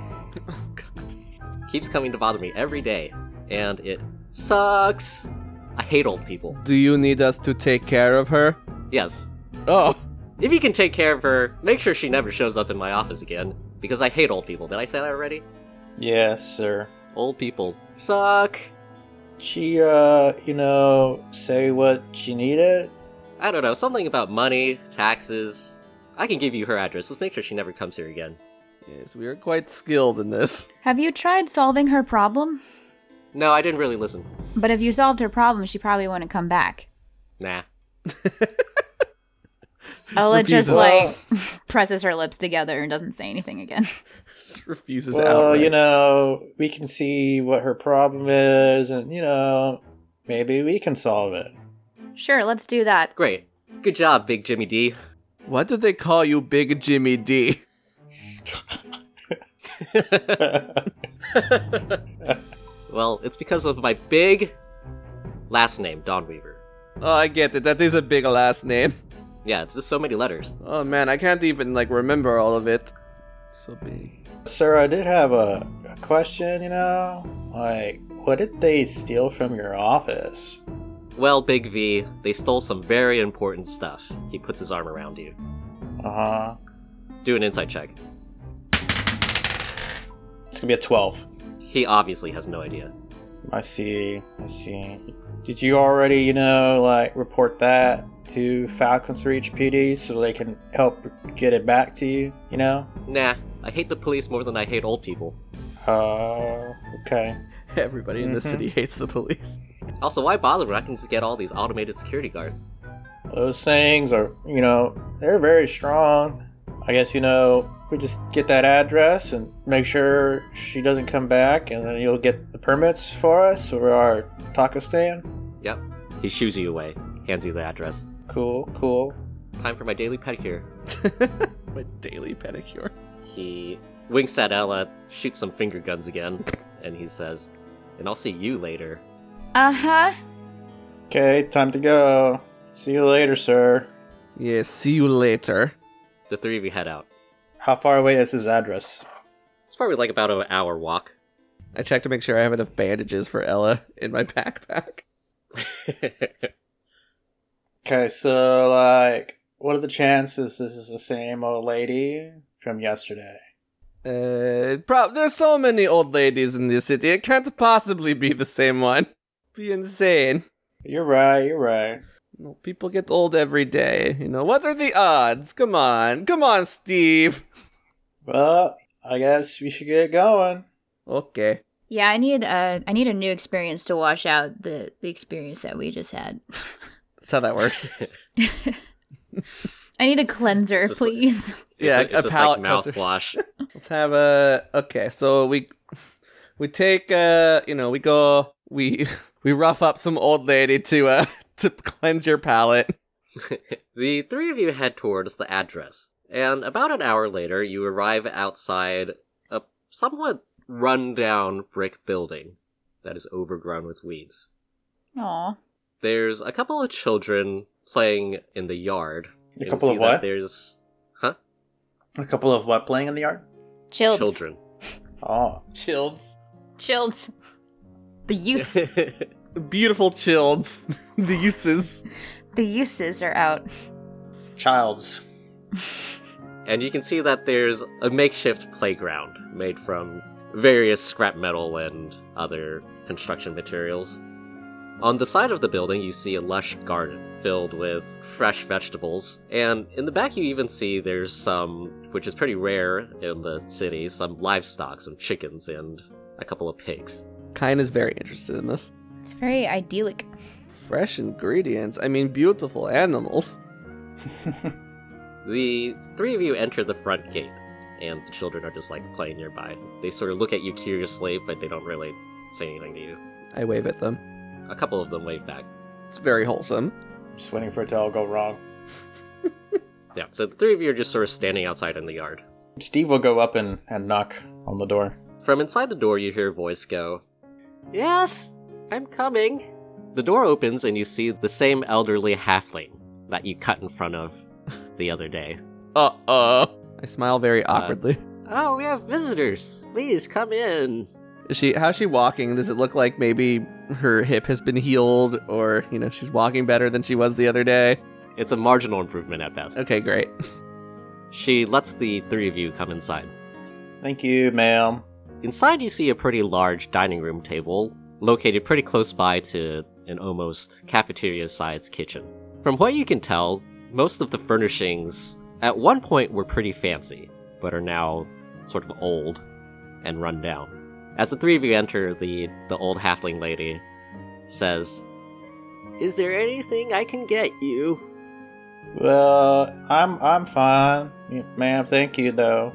Speaker 1: keeps coming to bother me every day, and it sucks. I hate old people.
Speaker 4: Do you need us to take care of her?
Speaker 1: Yes.
Speaker 4: Oh.
Speaker 1: If you can take care of her, make sure she never shows up in my office again, because I hate old people. Did I say that already?
Speaker 3: Yes, sir.
Speaker 1: Old people suck.
Speaker 3: She, uh, you know, say what she needed.
Speaker 1: I don't know, something about money, taxes. I can give you her address. Let's make sure she never comes here again.
Speaker 4: Yes, we are quite skilled in this.
Speaker 5: Have you tried solving her problem?
Speaker 1: No, I didn't really listen.
Speaker 5: But if you solved her problem, she probably wouldn't come back.
Speaker 1: Nah.
Speaker 5: Ella just
Speaker 4: Refuses.
Speaker 5: like presses her lips together and doesn't say anything again.
Speaker 4: Just refuses
Speaker 3: well,
Speaker 4: outright.
Speaker 3: you know, we can see what her problem is, and you know, maybe we can solve it.
Speaker 5: Sure, let's do that.
Speaker 1: Great. Good job, Big Jimmy D.
Speaker 4: What do they call you, Big Jimmy D?
Speaker 1: Well, it's because of my big last name, Don Weaver.
Speaker 4: Oh, I get it. That is a big last name.
Speaker 1: Yeah, it's just so many letters.
Speaker 4: Oh man, I can't even like remember all of it. So big.
Speaker 3: Sir, I did have a, a question, you know? Like, what did they steal from your office?
Speaker 1: Well, Big V, they stole some very important stuff. He puts his arm around you.
Speaker 3: Uh huh.
Speaker 1: Do an insight check.
Speaker 3: It's gonna be a 12.
Speaker 1: He obviously has no idea.
Speaker 3: I see. I see. Did you already, you know, like report that to Falcons Reach PD so they can help get it back to you? You know.
Speaker 1: Nah, I hate the police more than I hate old people.
Speaker 3: Uh. Okay.
Speaker 4: Everybody in the
Speaker 3: Mhm.
Speaker 4: city hates the police.
Speaker 1: Also, why bother when I can just get all these automated security guards?
Speaker 3: Those things are, you know, they're very strong. I guess you know we just get that address and make sure she doesn't come back, and then you'll get the permits for us for our taco stand.
Speaker 1: Yep. He shoos you away, hands you the address.
Speaker 3: Cool. Cool.
Speaker 1: Time for my daily pedicure.
Speaker 4: My daily pedicure.
Speaker 1: He winks at Ella, shoots some finger guns again, and he says, And I'll see you later.
Speaker 5: Uh huh.
Speaker 3: Okay. Time to go. See you later, sir.
Speaker 4: Yeah, see you later.
Speaker 1: The three of you head out.
Speaker 3: How far away is his address?
Speaker 1: It's probably like about an hour walk.
Speaker 4: I check to make sure I have enough bandages for Ella in my backpack.
Speaker 3: Okay, so like, what are the chances this is the same old lady from yesterday?
Speaker 4: Uh, prob- there's so many old ladies in this city. It can't possibly be the same one. Be insane.
Speaker 3: You're right. You're right.
Speaker 4: Well, people get old every day. You know what are the odds? Come on, come on, Steve.
Speaker 3: Well, I guess we should get going.
Speaker 4: Okay.
Speaker 6: Yeah, I need uh, I need a new experience to wash out the the experience that we just had.
Speaker 4: That's how that works.
Speaker 6: I need a cleanser,
Speaker 1: It's just like-
Speaker 6: please.
Speaker 1: It's
Speaker 4: Yeah,
Speaker 1: like- it's
Speaker 4: a
Speaker 1: just
Speaker 4: palate
Speaker 1: like
Speaker 4: cleanser.
Speaker 1: mouthwash.
Speaker 4: Let's have a. Okay, so we we take uh you know we go we we rough up some old lady to uh to cleanse your palate.
Speaker 1: the three of you head towards the address, and about an hour later, you arrive outside a somewhat run-down brick building that is overgrown with weeds.
Speaker 5: Aw.
Speaker 1: There's a couple of children playing in the yard.
Speaker 3: A
Speaker 1: You can
Speaker 3: couple
Speaker 1: see
Speaker 3: of
Speaker 1: that
Speaker 3: what?
Speaker 1: There's huh?
Speaker 3: A couple of what playing in the yard?
Speaker 5: Chills.
Speaker 1: Children.
Speaker 3: Oh,
Speaker 4: Childs.
Speaker 6: Chills.
Speaker 5: The use.
Speaker 4: Beautiful childs. the uses.
Speaker 6: The uses are out.
Speaker 3: childs.
Speaker 1: and you can see that there's a makeshift playground made from various scrap metal and other construction materials. On the side of the building, you see a lush garden filled with fresh vegetables, and in the back, you even see there's some, which is pretty rare in the city, some livestock, some chickens, and a couple of pigs.
Speaker 4: Kine is very interested in this.
Speaker 5: It's very idyllic.
Speaker 4: Fresh ingredients. I mean, beautiful animals.
Speaker 1: The three of you enter the front gate, and the children are just like playing nearby. They sort of look at you curiously, but they don't really say anything to you.
Speaker 4: I wave at them.
Speaker 1: A couple of them wave back.
Speaker 4: It's very wholesome.
Speaker 3: Just waiting for it to all go wrong.
Speaker 1: Yeah, so the three of you are just sort of standing outside in the yard.
Speaker 3: Steve will go up and, and knock on the door.
Speaker 1: From inside the door, you hear a voice go, Yes, I'm coming. The door opens, and you see the same elderly halfling that you cut in front of the other day.
Speaker 4: Uh oh. I smile very awkwardly.
Speaker 1: Oh, we have visitors. Please come in.
Speaker 4: Is she how's she walking? Does it look like maybe her hip has been healed or, you know, she's walking better than she was the other day?
Speaker 1: It's a marginal improvement at best.
Speaker 4: Okay, great.
Speaker 1: She lets the three of you come inside.
Speaker 3: Thank you, ma'am.
Speaker 1: Inside, you see a pretty large dining room table located pretty close by to an almost cafeteria sized kitchen. From what you can tell, most of the furnishings at one point were pretty fancy, but are now sort of old and run down. As the three of you enter, the, the old halfling lady says, Is there anything I can get you?
Speaker 3: Well, I'm I'm fine, ma'am. Thank you though.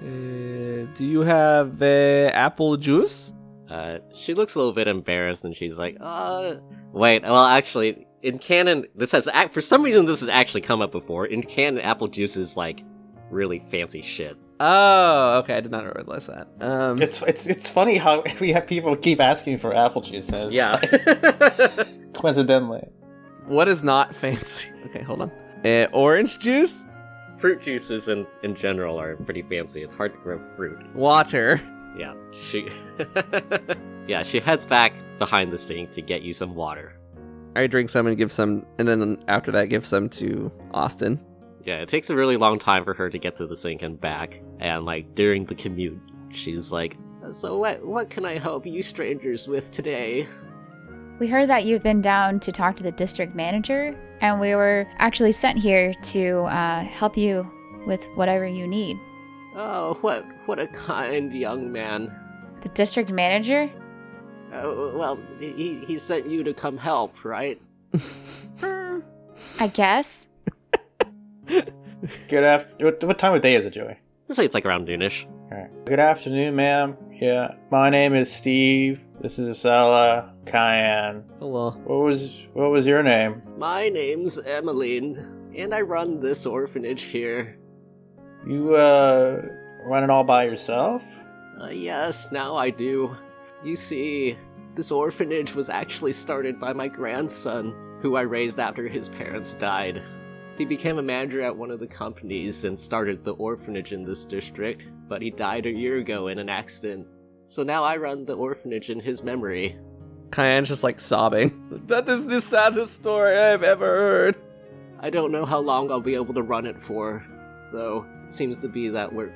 Speaker 4: Uh, do you have uh, apple juice?
Speaker 1: Uh, she looks a little bit embarrassed and she's like, uh, wait, well, actually, in canon, this has, ac- for some reason, this has actually come up before. In canon, apple juice is like really fancy shit.
Speaker 4: Oh, okay. I did not realize that. Um,
Speaker 3: It's it's it's funny how we have people keep asking for apple juices. Coincidentally.
Speaker 4: what is not fancy? Okay, hold on. Uh, orange juice,
Speaker 1: fruit juices in, in general are pretty fancy. It's hard to grow fruit.
Speaker 4: water.
Speaker 1: Yeah. She, yeah, she heads back behind the sink to get you some water.
Speaker 4: I drink some and give some, and then after that, give some to Austin.
Speaker 1: Yeah, it takes a really long time for her to get to the sink and back, and like during the commute, she's like, "So what? What can I help you strangers with today?"
Speaker 5: We heard that you've been down to talk to the district manager, and we were actually sent here to uh, help you with whatever you need.
Speaker 1: Oh, what? What a kind young man.
Speaker 5: The district manager?
Speaker 1: Uh, well, he he sent you to come help, right?
Speaker 5: Hmm, I guess.
Speaker 3: Good after. What, what time of day is it, Joey?
Speaker 1: Let's say it's like around noonish.
Speaker 3: Alright. Good afternoon, ma'am. Yeah, my name is Steve. This is Sala Cayenne.
Speaker 4: Hello.
Speaker 3: What was what was your name?
Speaker 1: My name's Emmeline, and I run this orphanage here.
Speaker 3: You uh run it all by yourself?
Speaker 1: Uh, yes, now I do. You see, this orphanage was actually started by my grandson, who I raised after his parents died. He became a manager at one of the companies and started the orphanage in this district, but he died a year ago in an accident. So now I run the orphanage in his memory.
Speaker 4: Cayenne's just like sobbing. That is the saddest story I've ever heard.
Speaker 1: I don't know how long I'll be able to run it for, though. It seems to be that we're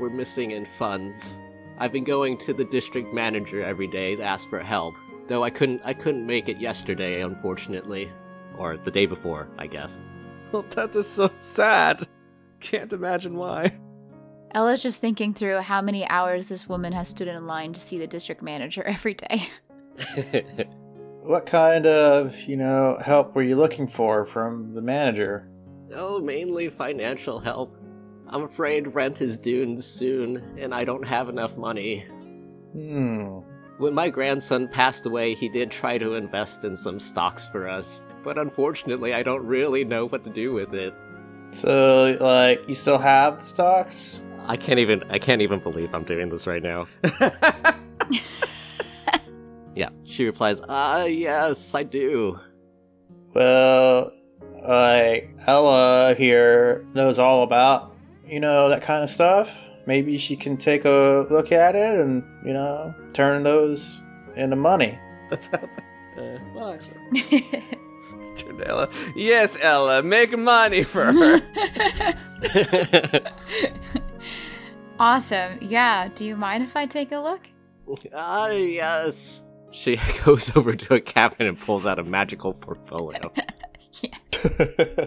Speaker 1: we're missing in funds. I've been going to the district manager every day to ask for help, though I couldn't I couldn't make it yesterday, unfortunately, or the day before, I guess.
Speaker 4: Well, Oh, that is so sad. Can't imagine why.
Speaker 5: Ella's just thinking through how many hours this woman has stood in line to see the district manager every day.
Speaker 3: What kind of, you know, help were you looking for from the manager?
Speaker 1: oh, mainly financial help. I'm afraid rent is due soon, and I don't have enough money.
Speaker 3: Hmm.
Speaker 1: When my grandson passed away, he did try to invest in some stocks for us, but unfortunately, I don't really know what to do with it.
Speaker 3: So like you still have the stocks?
Speaker 1: I can't even I can't even believe I'm doing this right now. Yeah. She replies, "Ah, yes, I do."
Speaker 3: Well, like Ella here knows all about, you know, that kind of stuff. Maybe she can take a look at it and, you know, turn those into money.
Speaker 4: That's how. Uh, well, actually, it's turned to Ella. Yes, Ella, make money for her.
Speaker 5: awesome. Yeah. Do you mind if I take a look?
Speaker 1: Ah, yes. She goes over to a cabinet and pulls out a magical portfolio.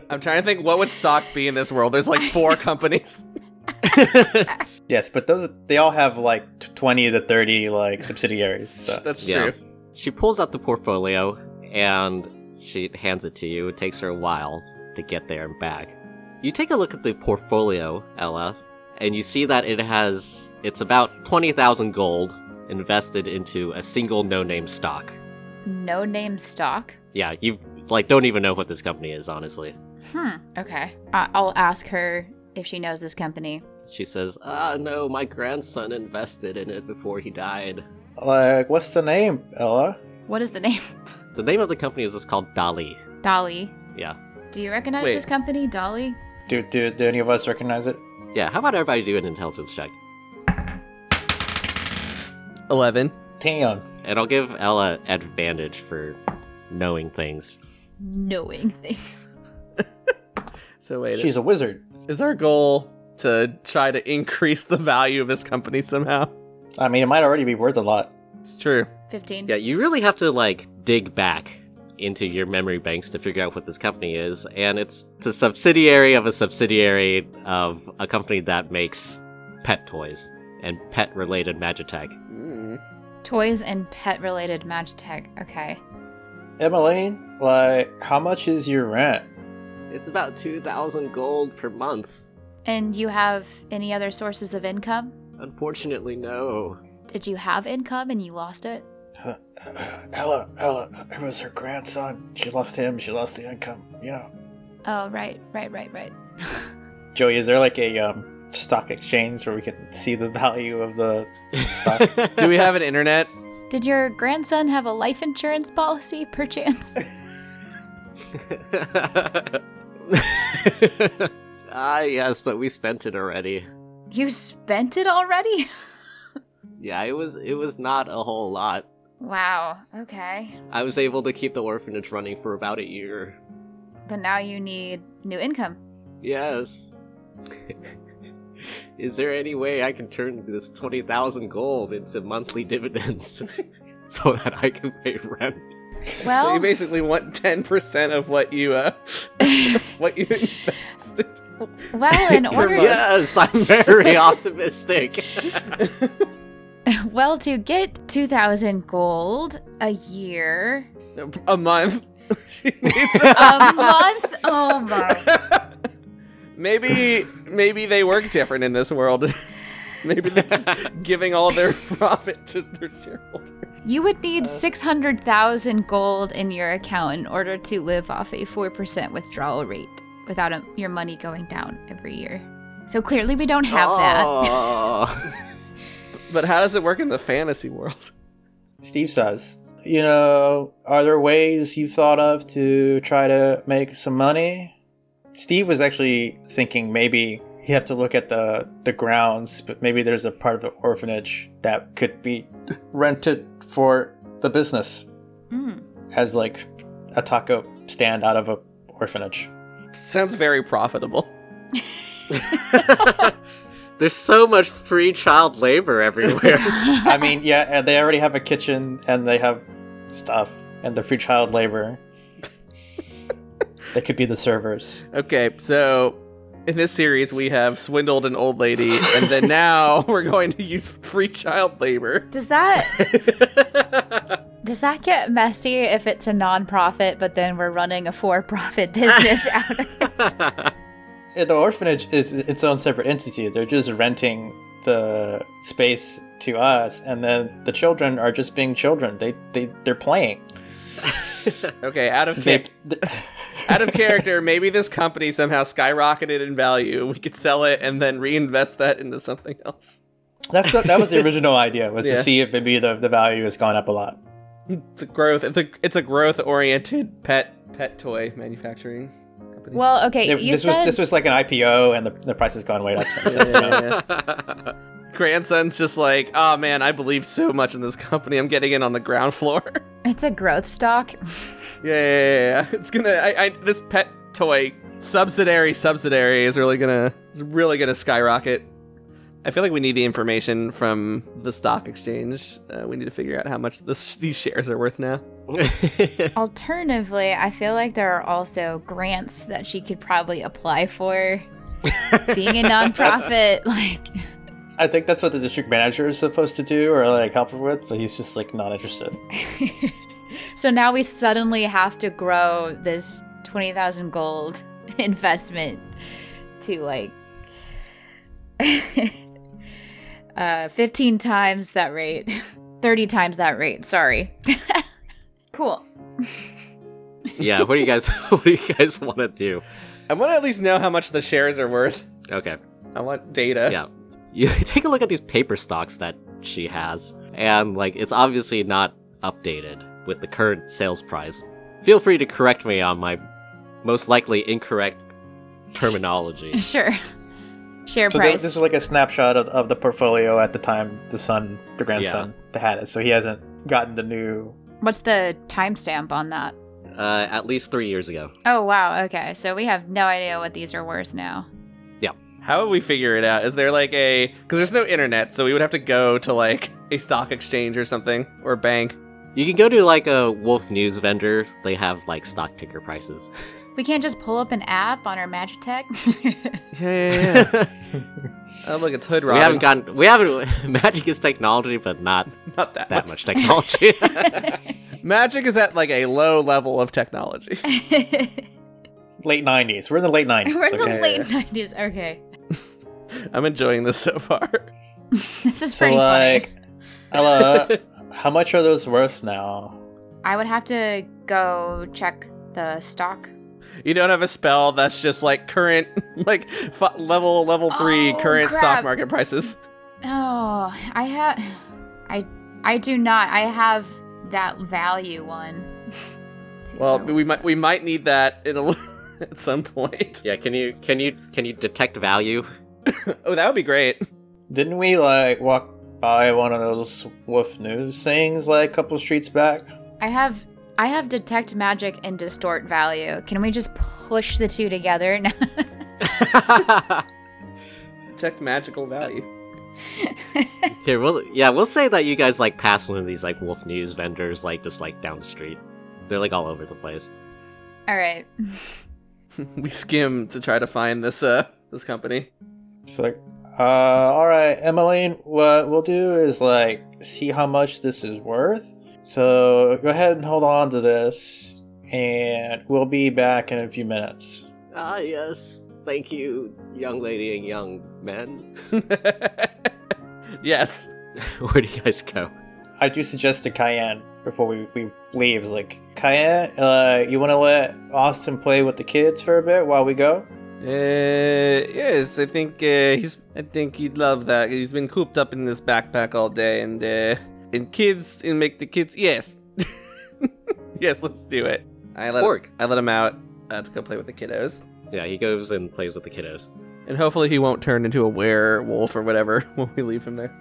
Speaker 4: I'm trying to think what would stocks be in this world. There's like four companies.
Speaker 3: yes, but those they all have like t- 20 to 30 like subsidiaries. So.
Speaker 4: That's
Speaker 1: Yeah.
Speaker 4: true.
Speaker 1: She pulls out the portfolio and she hands it to you. It takes her a while to get there and back. You take a look at the portfolio, Ella, and you see that it has it's about 20,000 gold invested into a single no-name stock.
Speaker 5: No name stock.
Speaker 1: Yeah, you like don't even know what this company is, honestly.
Speaker 5: Hmm. Okay. I- I'll ask her if she knows this company.
Speaker 1: She says, "Ah, no, my grandson invested in it before he died."
Speaker 3: Like what's the name, Ella?
Speaker 5: What is the name?
Speaker 1: The name of the company is just called Dali.
Speaker 5: Dolly.
Speaker 1: Yeah.
Speaker 5: Do you recognize
Speaker 4: Wait.
Speaker 5: this company, Dolly?
Speaker 3: Do, do, do any of us recognize it?
Speaker 1: Yeah, how about everybody do an intelligence check?
Speaker 4: Eleven.
Speaker 3: Damn.
Speaker 1: And I'll give Ella advantage for knowing things.
Speaker 5: Knowing things.
Speaker 4: So wait,
Speaker 3: She's a wizard.
Speaker 4: is our goal to try to increase the value of this company somehow?
Speaker 3: I mean, it might already be worth a lot.
Speaker 4: It's true.
Speaker 5: 15.
Speaker 1: Yeah, you really have to like dig back into your memory banks to figure out what this company is, and it's the subsidiary of a subsidiary of a company that makes pet toys and pet-related magitech.
Speaker 5: Toys and pet related Magitech. Okay.
Speaker 3: Emmeline, like how much is your rent?
Speaker 1: It's about two thousand gold per month.
Speaker 5: And you have any other sources of income?
Speaker 1: Unfortunately, no.
Speaker 5: Did you have income and you lost it?
Speaker 3: Ella, Ella, it was her grandson. She lost him. She lost the income. You know.
Speaker 5: Oh, right, right, right, right.
Speaker 3: Joey, is there like a um, stock exchange where we can see the value of the stock?
Speaker 4: Do we have an internet?
Speaker 5: Did your grandson have a life insurance policy, perchance?
Speaker 1: ah, yes, but we spent it already.
Speaker 5: you spent it already?
Speaker 1: Yeah, it was it was not a whole lot.
Speaker 6: Wow. Okay.
Speaker 1: I was able to keep the orphanage running for about a year.
Speaker 6: But now you need new income.
Speaker 1: Yes. Is there any way I can turn this 20,000 gold into monthly dividends so that I can pay rent?
Speaker 4: so
Speaker 5: Well,
Speaker 4: you basically want ten percent of what you uh, what you invested.
Speaker 5: well, in
Speaker 4: Per
Speaker 5: order
Speaker 4: month.
Speaker 5: to,
Speaker 1: Yes, I'm very optimistic.
Speaker 5: well to get 2000 gold a year,
Speaker 4: a month. She needs
Speaker 6: A month. Oh my.
Speaker 4: maybe maybe they work different in this world. maybe they're just giving all their profit to their shareholders.
Speaker 5: you would need 600,000 gold in your account in order to live off a 4% withdrawal rate without um your money going down every year. So clearly we don't have that.
Speaker 1: Oh.
Speaker 4: But how does it work in the fantasy world?
Speaker 3: Steve says, you know, are there ways you've thought of to try to make some money? Steve was actually thinking maybe you have to look at the the grounds, but maybe there's a part of the orphanage that could be rented for the business
Speaker 5: Mm.
Speaker 3: as like a taco stand out of a orphanage.
Speaker 4: Sounds very profitable.
Speaker 1: There's so much free child labor everywhere.
Speaker 3: I mean, yeah, and they already have a kitchen and they have stuff and they're free child labor. they could be the servers.
Speaker 4: Okay, so in this series we have swindled an old lady, and then now we're going to use free child labor.
Speaker 6: Does that?
Speaker 5: Does that get messy if it's a nonprofit, but then we're running a for-profit business out of it?
Speaker 3: Yeah, The orphanage is its own separate entity. They're just renting the space to us, and then the children are just being children. They they they're playing.
Speaker 4: Okay, out of
Speaker 3: They,
Speaker 4: ca- out of character, maybe this company somehow skyrocketed in value. We could sell it and then reinvest that into something else.
Speaker 3: that's the, that was the original idea was
Speaker 4: Yeah.
Speaker 3: to see if maybe the the value has gone up a lot.
Speaker 4: It's a growth. It's a, it's a growth-oriented pet pet toy manufacturing company.
Speaker 5: Well, okay,
Speaker 3: It-
Speaker 5: you
Speaker 3: this
Speaker 5: said
Speaker 3: was this was like an IPO, and the, the price has gone way up since
Speaker 4: Yeah,
Speaker 3: then. you know?
Speaker 4: yeah, yeah. Grandson's just like, oh man, I believe so much in this company. I'm getting in on the ground floor.
Speaker 5: it's a growth stock.
Speaker 4: yeah, yeah, yeah, yeah. It's gonna. I, I this pet toy subsidiary subsidiary is really gonna. It's really gonna skyrocket. I feel like we need the information from the stock exchange. Uh, we need to figure out how much this, these shares are worth now.
Speaker 5: Alternatively, I feel like there are also grants that she could probably apply for. Being a nonprofit, like
Speaker 3: I think that's what the district manager is supposed to do, or like help her with, but he's just like not interested.
Speaker 5: so now we suddenly have to grow this 20,000 gold investment to like uh 15 times that rate. 30 times that rate, sorry. cool.
Speaker 1: yeah, what do you guys what do you guys want to do?
Speaker 4: I want to at least know how much the shares are worth.
Speaker 1: Okay.
Speaker 4: I want data.
Speaker 1: yeah. You take a look at these paper stocks that she has, and like it's obviously not updated with the current sales price. Feel free to correct me on my most likely incorrect terminology.
Speaker 5: Sure. Share
Speaker 3: So th-
Speaker 5: price.
Speaker 3: this was like a snapshot of, of the portfolio at the time the son, the grandson, had it. So he hasn't gotten the new.
Speaker 5: What's the timestamp on that?
Speaker 1: Uh, at least three years ago.
Speaker 5: Oh wow, okay. So we have no idea what these are worth now.
Speaker 4: How would we figure it out? Is there like a because there's no internet, so we would have to go to like a stock exchange or something or a bank.
Speaker 1: You can go to like a Wolf News vendor. They have like stock ticker prices.
Speaker 5: We can't just pull up an app on our Magitech.
Speaker 4: Yeah, yeah, oh look, it's Hood
Speaker 1: we
Speaker 4: Robin.
Speaker 1: haven't gotten. We haven't. Magic is technology, but not
Speaker 4: not that,
Speaker 1: that much technology.
Speaker 4: Magic is at like a low level of technology.
Speaker 3: Late 90s. We're in the late 90s.
Speaker 5: We're in the
Speaker 3: okay?
Speaker 4: okay.
Speaker 5: late 90s. Okay.
Speaker 4: I'm enjoying this so far.
Speaker 5: This is
Speaker 3: So,
Speaker 5: pretty
Speaker 3: like,
Speaker 5: funny.
Speaker 3: Ella, how much are those worth now?
Speaker 5: I would have to go check the stock.
Speaker 4: You don't have a spell that's just like current, like f- level level three
Speaker 5: Oh,
Speaker 4: current
Speaker 5: crap.
Speaker 4: stock market prices.
Speaker 5: Oh, I have I I do not. I have that value one. Let's see
Speaker 4: Well,
Speaker 5: what that
Speaker 4: we
Speaker 5: was.
Speaker 4: might we might need that in a, l- at some point.
Speaker 1: yeah. Can you can you can you detect value?
Speaker 4: Oh, that would be great.
Speaker 3: Didn't we, like, walk buy one of those woof news things like a couple streets back.
Speaker 5: I have I have detect magic and distort value. Can we just push the two together? now?
Speaker 4: Detect magical value.
Speaker 1: Here, we'll yeah, we'll say that you guys like pass one of these like Wolf News vendors, like just like down the street. They're like all over the place.
Speaker 5: All right.
Speaker 4: we skim to try to find this uh this company.
Speaker 3: It's like, uh, all right, Emmeline, what we'll do is like see how much this is worth. So go ahead and hold on to this, and we'll be back in a few minutes.
Speaker 1: Ah, yes. Thank you, young lady and young man.
Speaker 4: yes.
Speaker 1: Where do you guys go?
Speaker 3: I do suggest to Cayenne before we, we leave is like, Cayenne, uh, you want to let Austin play with the kids for a bit while we go?
Speaker 4: Uh, yes, I think uh, he's. I think he'd love that. He's been cooped up in this backpack all day, and uh, and kids, and make the kids. Yes, yes, let's do it. I let
Speaker 1: Orc.
Speaker 4: I let him out uh, to go play with the kiddos,
Speaker 1: Yeah, he goes and plays with the kiddos.
Speaker 4: and hopefully he won't turn into a werewolf or whatever when we leave him there.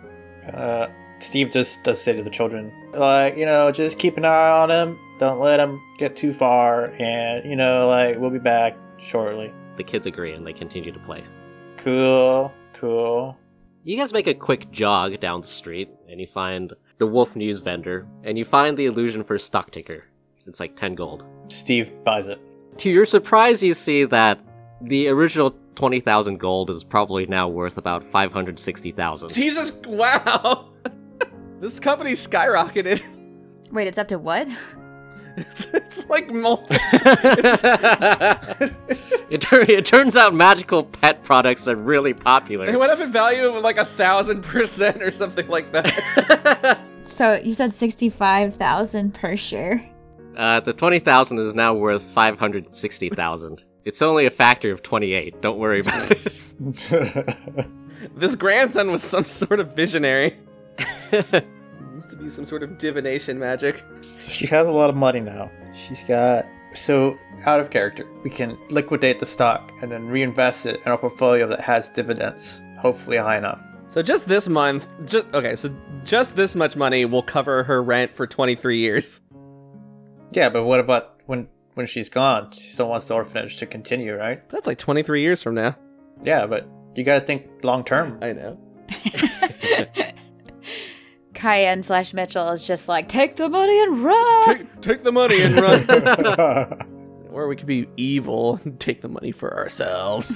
Speaker 3: Uh, Steve just does say to the children, like, you know, just keep an eye on him. Don't let him get too far. And, you know, like, we'll be back shortly.
Speaker 1: The kids agree and they continue to play.
Speaker 3: Cool, cool.
Speaker 1: You guys make a quick jog down the street and you find the Wolf News vendor and you find the illusion for stock ticker. It's like 10 gold.
Speaker 3: Steve buys it.
Speaker 1: To your surprise, you see that the original 20,000 gold is probably now worth about 560,000.
Speaker 4: Jesus! Wow, this company skyrocketed.
Speaker 5: Wait, it's up to what?
Speaker 4: it's, it's like multi.
Speaker 1: it, tur- it turns out magical pet products are really
Speaker 4: It
Speaker 1: popular.
Speaker 4: went up in value of like a thousand percent or something like that.
Speaker 7: So you said 65,000 per share.
Speaker 1: Uh, the 20,000 is now worth 560,000. It's only a factor of 28. Don't worry about it.
Speaker 4: This grandson was some sort of visionary. Used to be some sort of divination magic.
Speaker 3: she has a lot of money now. She's got. So, out of character, we can liquidate the stock and then reinvest it in a portfolio that has dividends, hopefully high enough.
Speaker 4: So just this month, just okay, so just this much money will cover her rent for 23 years.
Speaker 3: Yeah, but what about when when she's gone? She still wants the orphanage to continue, right?
Speaker 4: That's like 23 years from now.
Speaker 3: Yeah, but you got to think long term.
Speaker 4: I know.
Speaker 5: Cayenne slash Mitchell is just like, take the money and run.
Speaker 4: Take, take the money and run. or we could be evil and take the money for ourselves.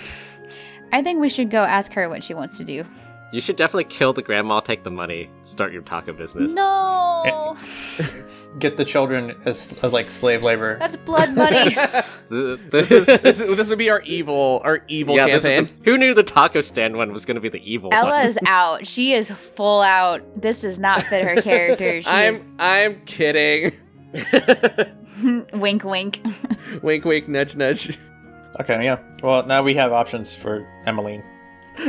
Speaker 5: I think we should go ask her what she wants to do.
Speaker 1: you should definitely kill the grandma, take the money, start your taco business.
Speaker 5: No,
Speaker 3: Get the children as, as like slave labor.
Speaker 5: that's blood money.
Speaker 1: The- the-
Speaker 4: This, is, this, is- this would be our evil, our evil
Speaker 1: yeah, this is
Speaker 4: campaign.
Speaker 1: the- who knew the taco stand one was going to be the evil
Speaker 5: Ella
Speaker 1: one?
Speaker 5: is out. She is full out. This does not fit her character. She is
Speaker 4: I'm I'm kidding.
Speaker 5: wink, wink.
Speaker 4: wink, wink, nudge, nudge.
Speaker 3: Okay, yeah. Well, now we have options for Emmeline.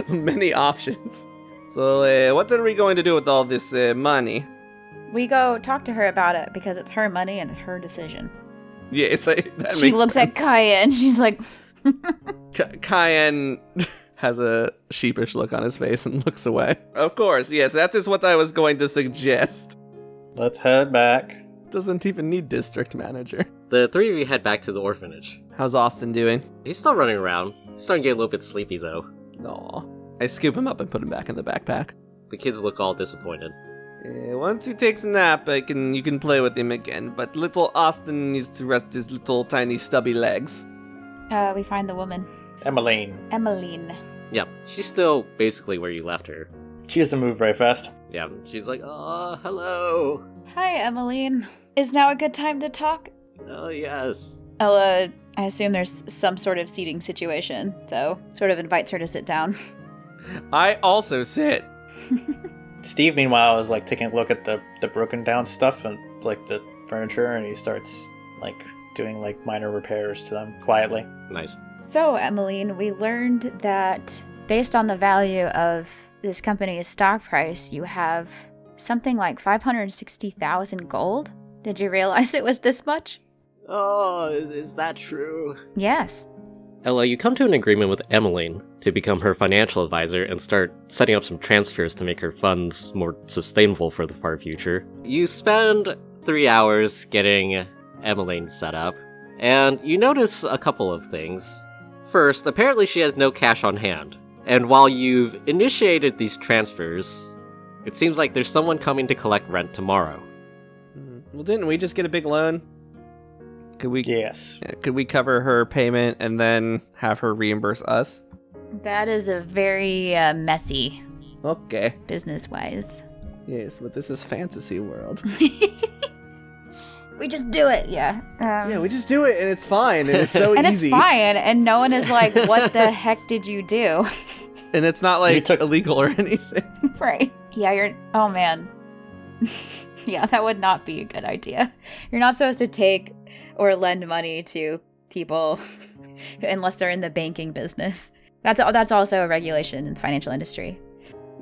Speaker 4: Many options. So, uh, what are we going to do with all this uh, money?
Speaker 5: We go talk to her about it because it's her money and it's her decision.
Speaker 4: Yeah, it's like that
Speaker 7: she looks at Kaya and she's like,
Speaker 4: at K- Cayenne. Has a sheepish look on his face and looks away. Of course, yes, that is what I was going to suggest.
Speaker 3: Let's head back.
Speaker 4: Doesn't even need district manager.
Speaker 1: the three of you head back to the orphanage.
Speaker 4: How's Austin doing?
Speaker 1: He's still running around. He's starting to get a little bit sleepy, though.
Speaker 4: Aw. I scoop him up and put him back in the backpack.
Speaker 1: The kids look all disappointed.
Speaker 4: Uh, once he takes a nap, I can you can play with him again. But little Austin needs to rest his little tiny stubby legs.
Speaker 5: Uh, we find the woman,
Speaker 3: Emmeline.
Speaker 5: Emmeline.
Speaker 1: Yeah, she's still basically where you left her.
Speaker 3: She doesn't move very fast.
Speaker 1: Yeah, she's like, oh, hello.
Speaker 5: Hi, Emmeline. Is now a good time to talk?
Speaker 1: Oh, yes.
Speaker 5: Ella, I assume there's some sort of seating situation, so sort of invites her to sit down.
Speaker 4: I also sit.
Speaker 3: Steve, meanwhile, is like taking a look at the, the broken down stuff and like the furniture, and he starts like doing like minor repairs to them quietly.
Speaker 1: Nice.
Speaker 5: So, Emmeline, we learned that based on the value of this company's stock price, you have something like 560,000 gold. Did you realize it was this much?
Speaker 1: Oh, is, is that true?
Speaker 5: Yes.
Speaker 1: Ella, you come to an agreement with Emmeline to become her financial advisor and start setting up some transfers to make her funds more sustainable for the far future. You spend three hours getting Emmeline set up, and you notice a couple of things. First, apparently she has no cash on hand, and while you've initiated these transfers, it seems like there's someone coming to collect rent tomorrow.
Speaker 4: Mhm. Well, didn't we just get a big loan? Could we
Speaker 3: Yes.
Speaker 4: Yeah, Could we cover her payment and then have her reimburse us?
Speaker 5: That is a very uh, messy
Speaker 4: Okay.
Speaker 5: business wise.
Speaker 4: Yes, but this is fantasy world.
Speaker 5: We just do it, yeah. Um,
Speaker 4: yeah, we just do it and it's fine and it's so
Speaker 5: and
Speaker 4: easy.
Speaker 5: it's fine, and no one is like, "What the heck did you do?"
Speaker 4: And it's not like
Speaker 3: took-
Speaker 4: illegal or anything.
Speaker 5: right? Yeah, you're. Oh man. yeah, that would not be a good idea. You're not supposed to take or lend money to people unless they're in the banking business. That's that's also a regulation in the financial industry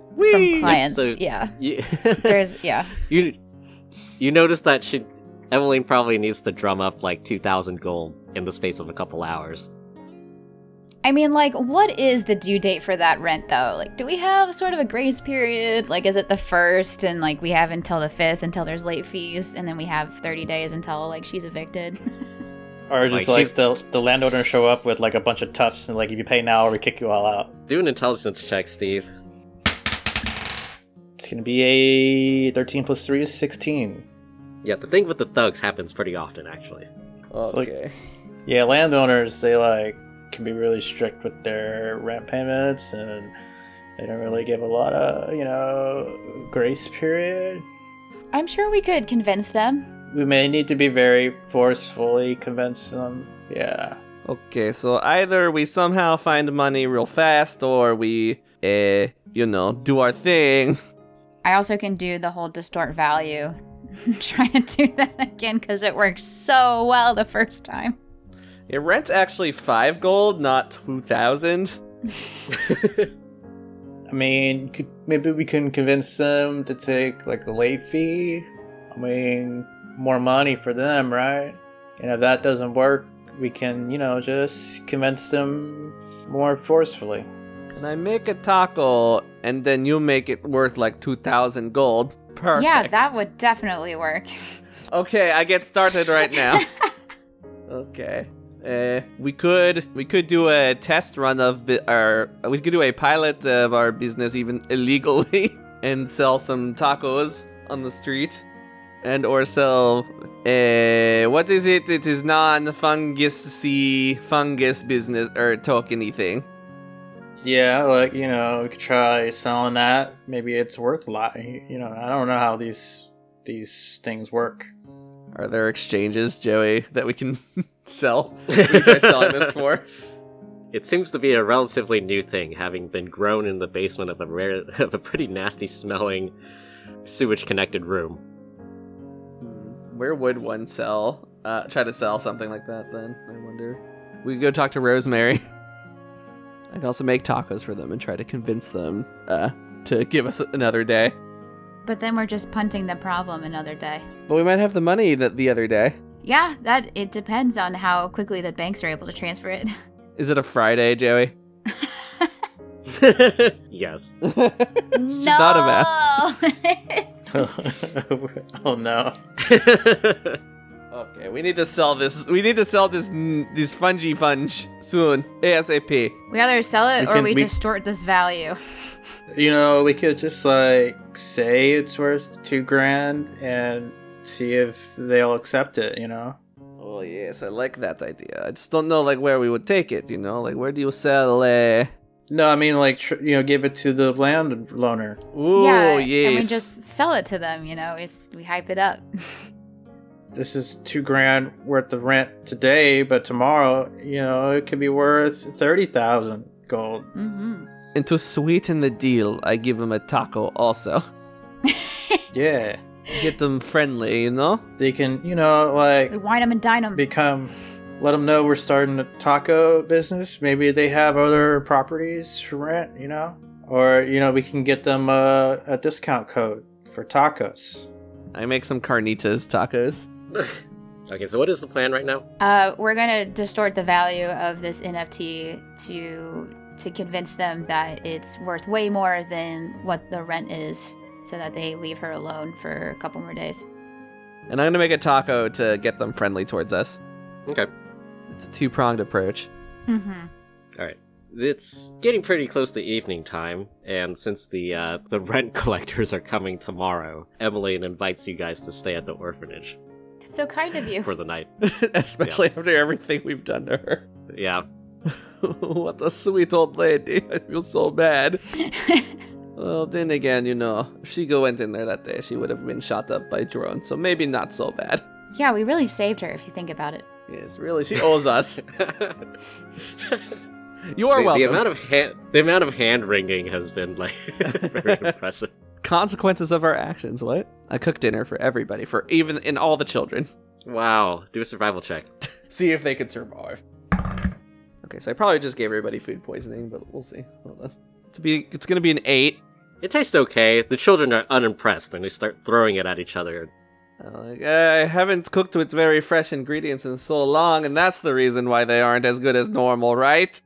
Speaker 5: from clients.
Speaker 1: So-
Speaker 5: yeah,
Speaker 1: You,
Speaker 5: there's yeah.
Speaker 1: you, you notice that she, Emmeline probably needs to drum up like 2,000 gold in the space of a couple hours.
Speaker 5: I mean, like, what is the due date for that rent, though? Like, do we have sort of a grace period? Like, is it the first, and like we have until the fifth until there's late fees, and then we have 30 days until like she's evicted?
Speaker 3: Or
Speaker 1: Like,
Speaker 3: just like,
Speaker 1: he's-
Speaker 3: the the landowner show up with like a bunch of tufts and like if you pay now, we kick you all out.
Speaker 1: Do an intelligence check, Steve.
Speaker 3: It's gonna be a thirteen plus three is sixteen.
Speaker 1: Yeah, the thing with the thugs happens pretty often, actually.
Speaker 3: like-
Speaker 4: Okay.
Speaker 3: Yeah, landowners they like can be really strict with their rent payments and they don't really give a lot of you know grace period.
Speaker 5: I'm sure we could convince them.
Speaker 3: We may need to be very forcefully convince them. Yeah.
Speaker 4: Okay, so either we somehow find money real fast or we, eh, you know, do our thing.
Speaker 5: I also can do the whole distort value. trying to do that again because it worked so well the first time.
Speaker 4: It rent's actually five gold, not 2,000.
Speaker 3: I mean, could, maybe we can convince them to take like a late fee. I mean, more money for them, right? And if that doesn't work, we can, you know, just convince them more forcefully.
Speaker 4: And I make a taco and then you make it worth like 2,000 gold. Perfect.
Speaker 5: Yeah, that would definitely work.
Speaker 4: Okay, I get started right now. okay. Uh, we could we could do a test run of bi- our we could do a pilot of our business even illegally and sell some tacos on the street and or sell uh what is it it is non fungusy fungus business or tokeny thing
Speaker 3: Yeah, like, you know, we could try selling that. Maybe it's worth a lot. You know, I don't know how these these things work.
Speaker 4: are there exchanges Joey that we can sell we can try selling this for
Speaker 1: It seems to be a relatively new thing, having been grown in the basement of a rare, of a pretty nasty smelling sewage connected room.
Speaker 4: Where would one sell? Uh, try to sell something like that then, I wonder. We could go talk to Rosemary. I could also make tacos for them and try to convince them uh, to give us another day.
Speaker 5: But then we're just punting the problem another day.
Speaker 4: But we might have the money that the other day.
Speaker 5: Yeah, that it depends on how quickly the banks are able to transfer it.
Speaker 4: Is it a Friday, Joey?
Speaker 1: yes.
Speaker 5: no.
Speaker 4: not have
Speaker 3: oh no.
Speaker 4: Okay, we need to sell this. We need to sell this this fungi funge soon, ASAP.
Speaker 5: we either sell it
Speaker 3: We
Speaker 5: or
Speaker 3: can-
Speaker 5: we,
Speaker 3: we-
Speaker 5: distort this value.
Speaker 3: You know, we could just like say it's worth two grand and see if they'll accept it, you know?
Speaker 4: Oh yes, I like that idea. I just don't know like where we would take it. You know, like where do you sell? Uh...
Speaker 3: No, I mean, like, tr- you know, give it to the landowner.
Speaker 4: Ooh,
Speaker 5: yeah,
Speaker 4: yes.
Speaker 5: and we just sell it to them. You know, it's we hype it up.
Speaker 3: This is two grand worth of rent today, but tomorrow, you know, it could be worth 30,000 gold.
Speaker 5: hmm
Speaker 4: And to sweeten the deal, I give him a taco also.
Speaker 3: Yeah.
Speaker 4: Get them friendly, you know?
Speaker 3: They can, you know, like,
Speaker 5: We wine them and dine them.
Speaker 3: become, let them know we're starting a taco business. Maybe they have other properties for rent, you know? Or, you know, we can get them a, a discount code for tacos.
Speaker 4: I make some carnitas tacos.
Speaker 1: Okay, so what is the plan right now?
Speaker 5: Uh, we're gonna distort the value of this NFT to to convince them that it's worth way more than what the rent is, so that they leave her alone for a couple more days.
Speaker 4: And I'm gonna make a taco to get them friendly towards us.
Speaker 1: Okay.
Speaker 4: It's a two pronged approach.
Speaker 5: Mm-hmm.
Speaker 1: All right. It's getting pretty close to evening time, and since the uh, the rent collectors are coming tomorrow, Emmeline invites you guys to stay at the orphanage
Speaker 5: So kind of you.
Speaker 1: for the night.
Speaker 4: Especially after everything we've done to her.
Speaker 1: Yeah.
Speaker 4: what a sweet old lady. I feel so bad. Well, then again, you know, if she go went in there that day, she would have been shot up by drones, so maybe not so bad.
Speaker 5: yeah, we really saved her if you think about it.
Speaker 4: Yes, really, she owes us.
Speaker 1: The-
Speaker 4: You are
Speaker 1: the,
Speaker 4: welcome.
Speaker 1: amount of hand the amount of hand wringing has been like very impressive.
Speaker 4: Consequences of our actions, what? I cooked dinner for everybody, for even in all the children.
Speaker 1: Wow. Do a survival check.
Speaker 4: See if they could survive. Okay, so I probably just gave everybody food poisoning, but we'll see. Hold on. It's, be, it's gonna be an eight.
Speaker 1: It tastes okay. The children are unimpressed and they start throwing it at each other.
Speaker 4: Uh, like, I haven't cooked with very fresh ingredients in so long, and that's the reason why they aren't as good as normal, right?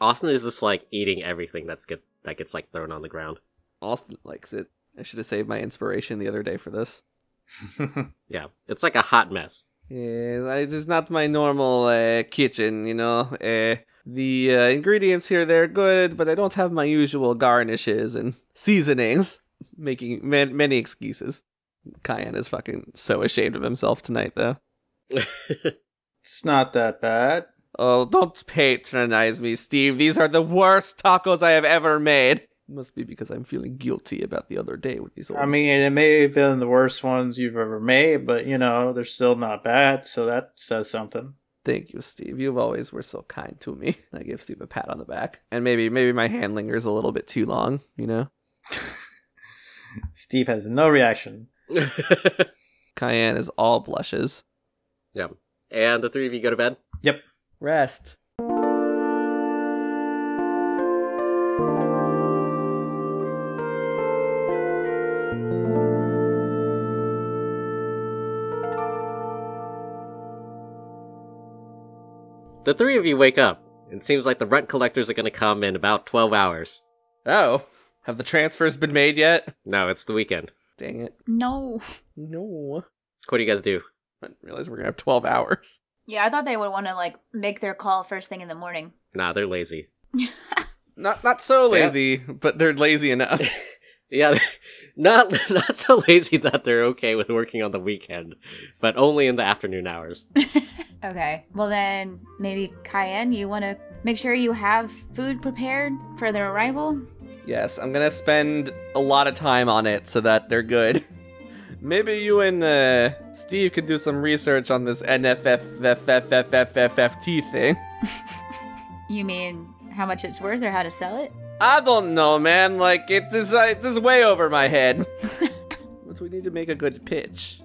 Speaker 1: Austin is just like eating everything that's get that gets like thrown on the ground.
Speaker 4: Austin likes it. I should have saved my inspiration the other day for this.
Speaker 1: Yeah. It's like a hot mess.
Speaker 4: Yeah, it is not my normal uh, kitchen, you know. Uh, the uh, ingredients here they're good, but I don't have my usual garnishes and seasonings. Making man- many excuses. Cayenne is fucking so ashamed of himself tonight, though.
Speaker 3: It's not that bad.
Speaker 4: Oh, don't patronize me, Steve. These are the worst tacos I have ever made. Must be because I'm feeling guilty about the other day with these. Old-
Speaker 3: I mean, it may have been the worst ones you've ever made, but you know, they're still not bad, so that says something.
Speaker 4: Thank you, Steve. You've always were so kind to me. I give Steve a pat on the back. And maybe maybe my hand lingers a little bit too long, you know?
Speaker 3: Steve has no reaction.
Speaker 4: Cayenne is all blushes.
Speaker 1: yeah. And the three of you go to bed.
Speaker 3: Yep.
Speaker 4: Rest.
Speaker 1: The three of you wake up. It seems like the rent collectors are going to come in about 12 hours.
Speaker 4: Oh. Have the transfers been made yet?
Speaker 1: No, it's the weekend.
Speaker 4: Dang it.
Speaker 5: No.
Speaker 4: No.
Speaker 1: What do you guys do?
Speaker 4: I didn't realize we're gonna have twelve hours.
Speaker 5: Yeah, I thought they would want to like make their call first thing in the morning.
Speaker 1: Nah, they're lazy.
Speaker 4: Not not so
Speaker 1: Yeah.
Speaker 4: lazy, but they're lazy enough.
Speaker 1: Yeah, not not so lazy that they're okay with working on the weekend, but only in the afternoon hours.
Speaker 5: Okay. Well, then maybe Cayenne, you want to make sure you have food prepared for their arrival?
Speaker 4: yes, I'm gonna spend a lot of time on it so that they're good. Maybe you and uh, Steve could do some research on this NFFFFFFFT thing.
Speaker 5: You mean how much it's worth or how to sell it?
Speaker 4: I don't know, man. Like it's is uh, it's is way over my head. but we need to make a good pitch.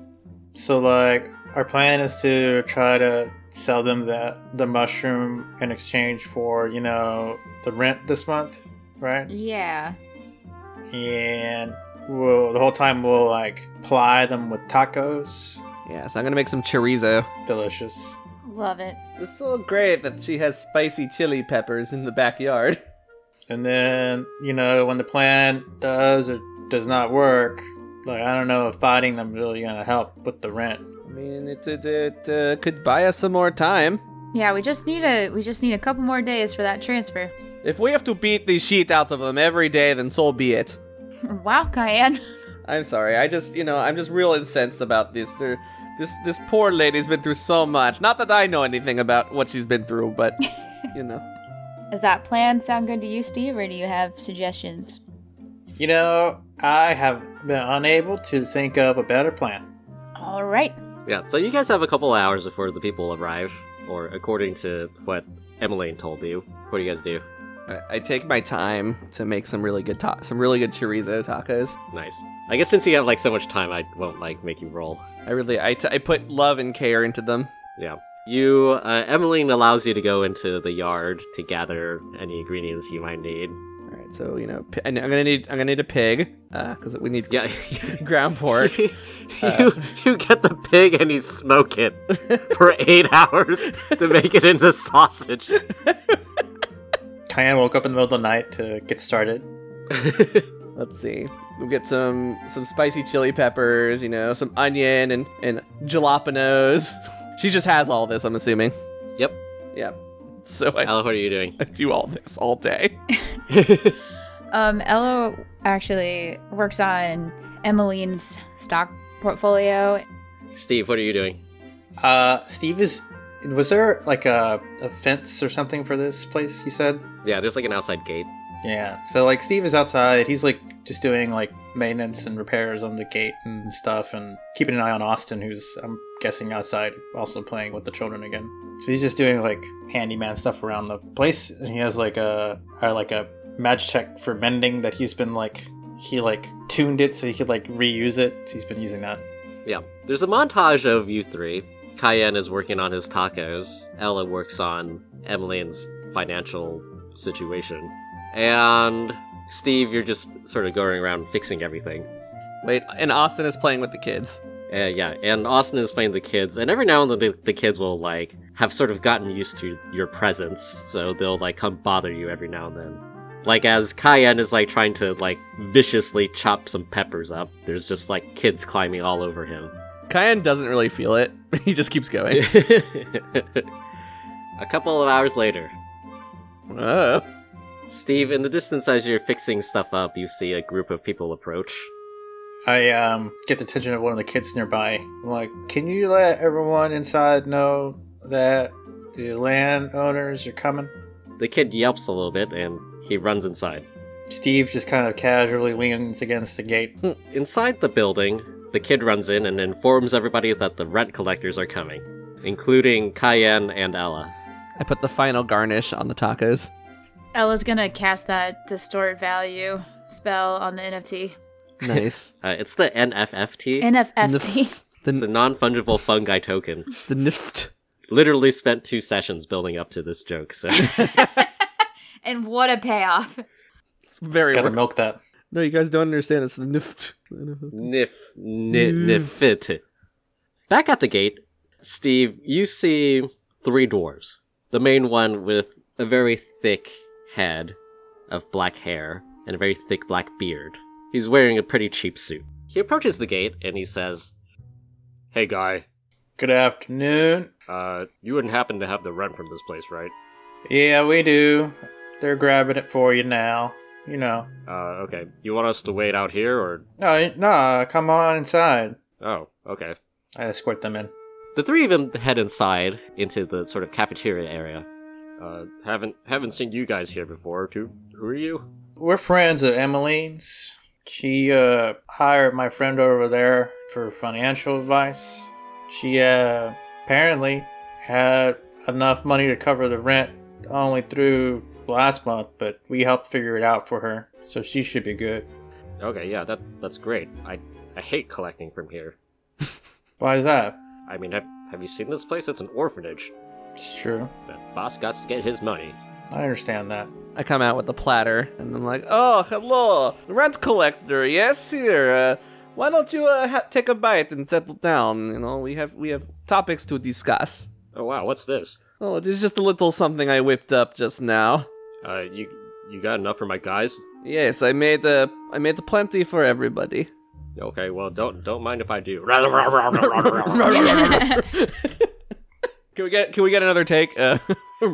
Speaker 3: So, like, our plan is to try to sell them the, the mushroom in exchange for, you know, the rent this month, right?
Speaker 5: Yeah.
Speaker 3: and we'll the whole time we'll like ply them with tacos.
Speaker 4: Yeah, so I'm gonna make some chorizo.
Speaker 3: Delicious.
Speaker 5: Love it.
Speaker 4: It's so great that she has spicy chili peppers in the backyard.
Speaker 3: And then you know when the plan does or does not work, like I don't know if fighting them really gonna help with the rent.
Speaker 4: I mean, it it, it uh, could buy us some more time.
Speaker 5: Yeah, we just need a we just need a couple more days for that transfer.
Speaker 4: If we have to beat the sheet out of them every day, then so be it.
Speaker 5: Wow, Cayenne.
Speaker 4: I'm sorry. I just, you know, I'm just real incensed about this. There, this this poor lady's been through so much. Not that I know anything about what she's been through, but you know.
Speaker 5: Does that plan sound good to you, Steve, or do you have suggestions?
Speaker 3: You know, I have been unable to think of a better plan.
Speaker 5: All right.
Speaker 1: Yeah, so you guys have a couple hours before the people arrive, or according to what Emmeline told you. What do you guys do?
Speaker 4: I, I take my time to make some really good ta- some really good chorizo tacos.
Speaker 1: Nice. I guess since you have like so much time, I won't like make you roll.
Speaker 4: I really I, t- I put love and care into them.
Speaker 1: Yeah. You, uh, Emmeline allows you to go into the yard to gather any ingredients you might need.
Speaker 4: All right, right, so you know, p- and I'm gonna need I'm gonna need a pig because we need
Speaker 1: Yeah.
Speaker 4: ground pork.
Speaker 1: you, you get the pig and you smoke it for eight hours to make it into sausage.
Speaker 3: Cayenne woke up in the middle of the night to get started.
Speaker 4: Let's see. We'll get some some spicy chili peppers, you know, some onion and and jalapenos. She just has all this, I'm assuming.
Speaker 1: Yep.
Speaker 4: Yeah. So I,
Speaker 1: Ella, what are you doing?
Speaker 4: I do all this all day.
Speaker 5: Um, Ella actually works on Emmeline's stock portfolio.
Speaker 1: Steve, what are you doing?
Speaker 3: Uh, Steve is. Was there like a, a fence or something for this place? You said.
Speaker 1: Yeah, there's like an outside gate.
Speaker 3: Yeah. So like Steve is outside. He's like just doing like maintenance and repairs on the gate and stuff, and keeping an eye on Austin, who's I'm guessing outside also playing with the children again. So he's just doing like handyman stuff around the place, and he has like a uh, like a magic check for mending that he's been like he like tuned it so he could like reuse it. So he's been using that.
Speaker 1: Yeah. There's a montage of you three. Cayenne is working on his tacos. Ella works on Emmeline's financial situation. And Steve, you're just sort of going around fixing everything.
Speaker 4: Wait, and Austin is playing with the kids.
Speaker 1: Uh, yeah, and Austin is playing the kids, and every now and then the, the kids will, like, have sort of gotten used to your presence, so they'll, like, come bother you every now and then. Like, as Cayenne is, like, trying to, like, viciously chop some peppers up, there's just, like, kids climbing all over him.
Speaker 4: Kyan doesn't really feel it. he just keeps going.
Speaker 1: A couple of hours later,
Speaker 4: oh.
Speaker 1: Steve, in the distance as you're fixing stuff up, you see a group of people approach.
Speaker 3: I um, get the attention of one of the kids nearby. I'm like, can you let everyone inside know that the landowners are coming?
Speaker 1: The kid yelps a little bit, and he runs inside.
Speaker 3: Steve just kind of casually leans against the gate.
Speaker 1: Inside the building, the kid runs in and informs everybody that the rent collectors are coming, including Cayenne and Ella.
Speaker 4: I put the final garnish on the tacos.
Speaker 8: Ella's gonna cast that distort value spell on the NFT.
Speaker 4: Nice.
Speaker 1: Uh, it's the NFFT.
Speaker 8: NFFT.
Speaker 1: it's a
Speaker 4: the
Speaker 1: non fungible fungi token.
Speaker 4: the nift.
Speaker 1: Literally spent two sessions building up to this joke, so.
Speaker 6: And what a payoff.
Speaker 4: It's very
Speaker 3: Gotta
Speaker 4: wor-
Speaker 3: milk that.
Speaker 4: No, you guys don't understand. It's the nift.
Speaker 1: Nif, ni, nifit. Back at the gate, Steve, you see three dwarves. The main one with a very thick head of black hair and a very thick black beard. He's wearing a pretty cheap suit. He approaches the gate and he says, Hey guy,
Speaker 3: Good afternoon.
Speaker 1: uh, you wouldn't happen to have the rent from this place, right?
Speaker 3: Yeah, we do. They're grabbing it for you now. You know.
Speaker 1: Uh, okay. You want us to wait out here or.
Speaker 3: No, nah, come on inside.
Speaker 1: Oh, okay.
Speaker 3: I escort them in.
Speaker 1: The three of them head inside into the sort of cafeteria area. Uh, haven't haven't seen you guys here before. Who who are you?
Speaker 3: We're friends of Emmeline's. She uh, hired my friend over there for financial advice. She uh, apparently had enough money to cover the rent only through last month, but we helped figure it out for her, so she should be good.
Speaker 1: Okay, yeah, that that's great. I I hate collecting from here.
Speaker 3: Why is that?
Speaker 1: I mean, have, have you seen this place? It's an orphanage.
Speaker 3: It's true.
Speaker 1: The boss got to get his money.
Speaker 3: I understand that.
Speaker 4: I come out with the platter, and I'm like, "Oh, hello, rent collector. Yes, here. Uh, why don't you uh, ha- take a bite and settle down? You know, we have we have topics to discuss."
Speaker 1: Oh wow, what's this?
Speaker 4: Oh, it is just a little something I whipped up just now.
Speaker 1: Uh, you you got enough for my guys?
Speaker 4: Yes, I made uh, I made plenty for everybody.
Speaker 1: Okay, well don't don't mind if I do.
Speaker 4: can we get can we get another take? Uh,
Speaker 1: oh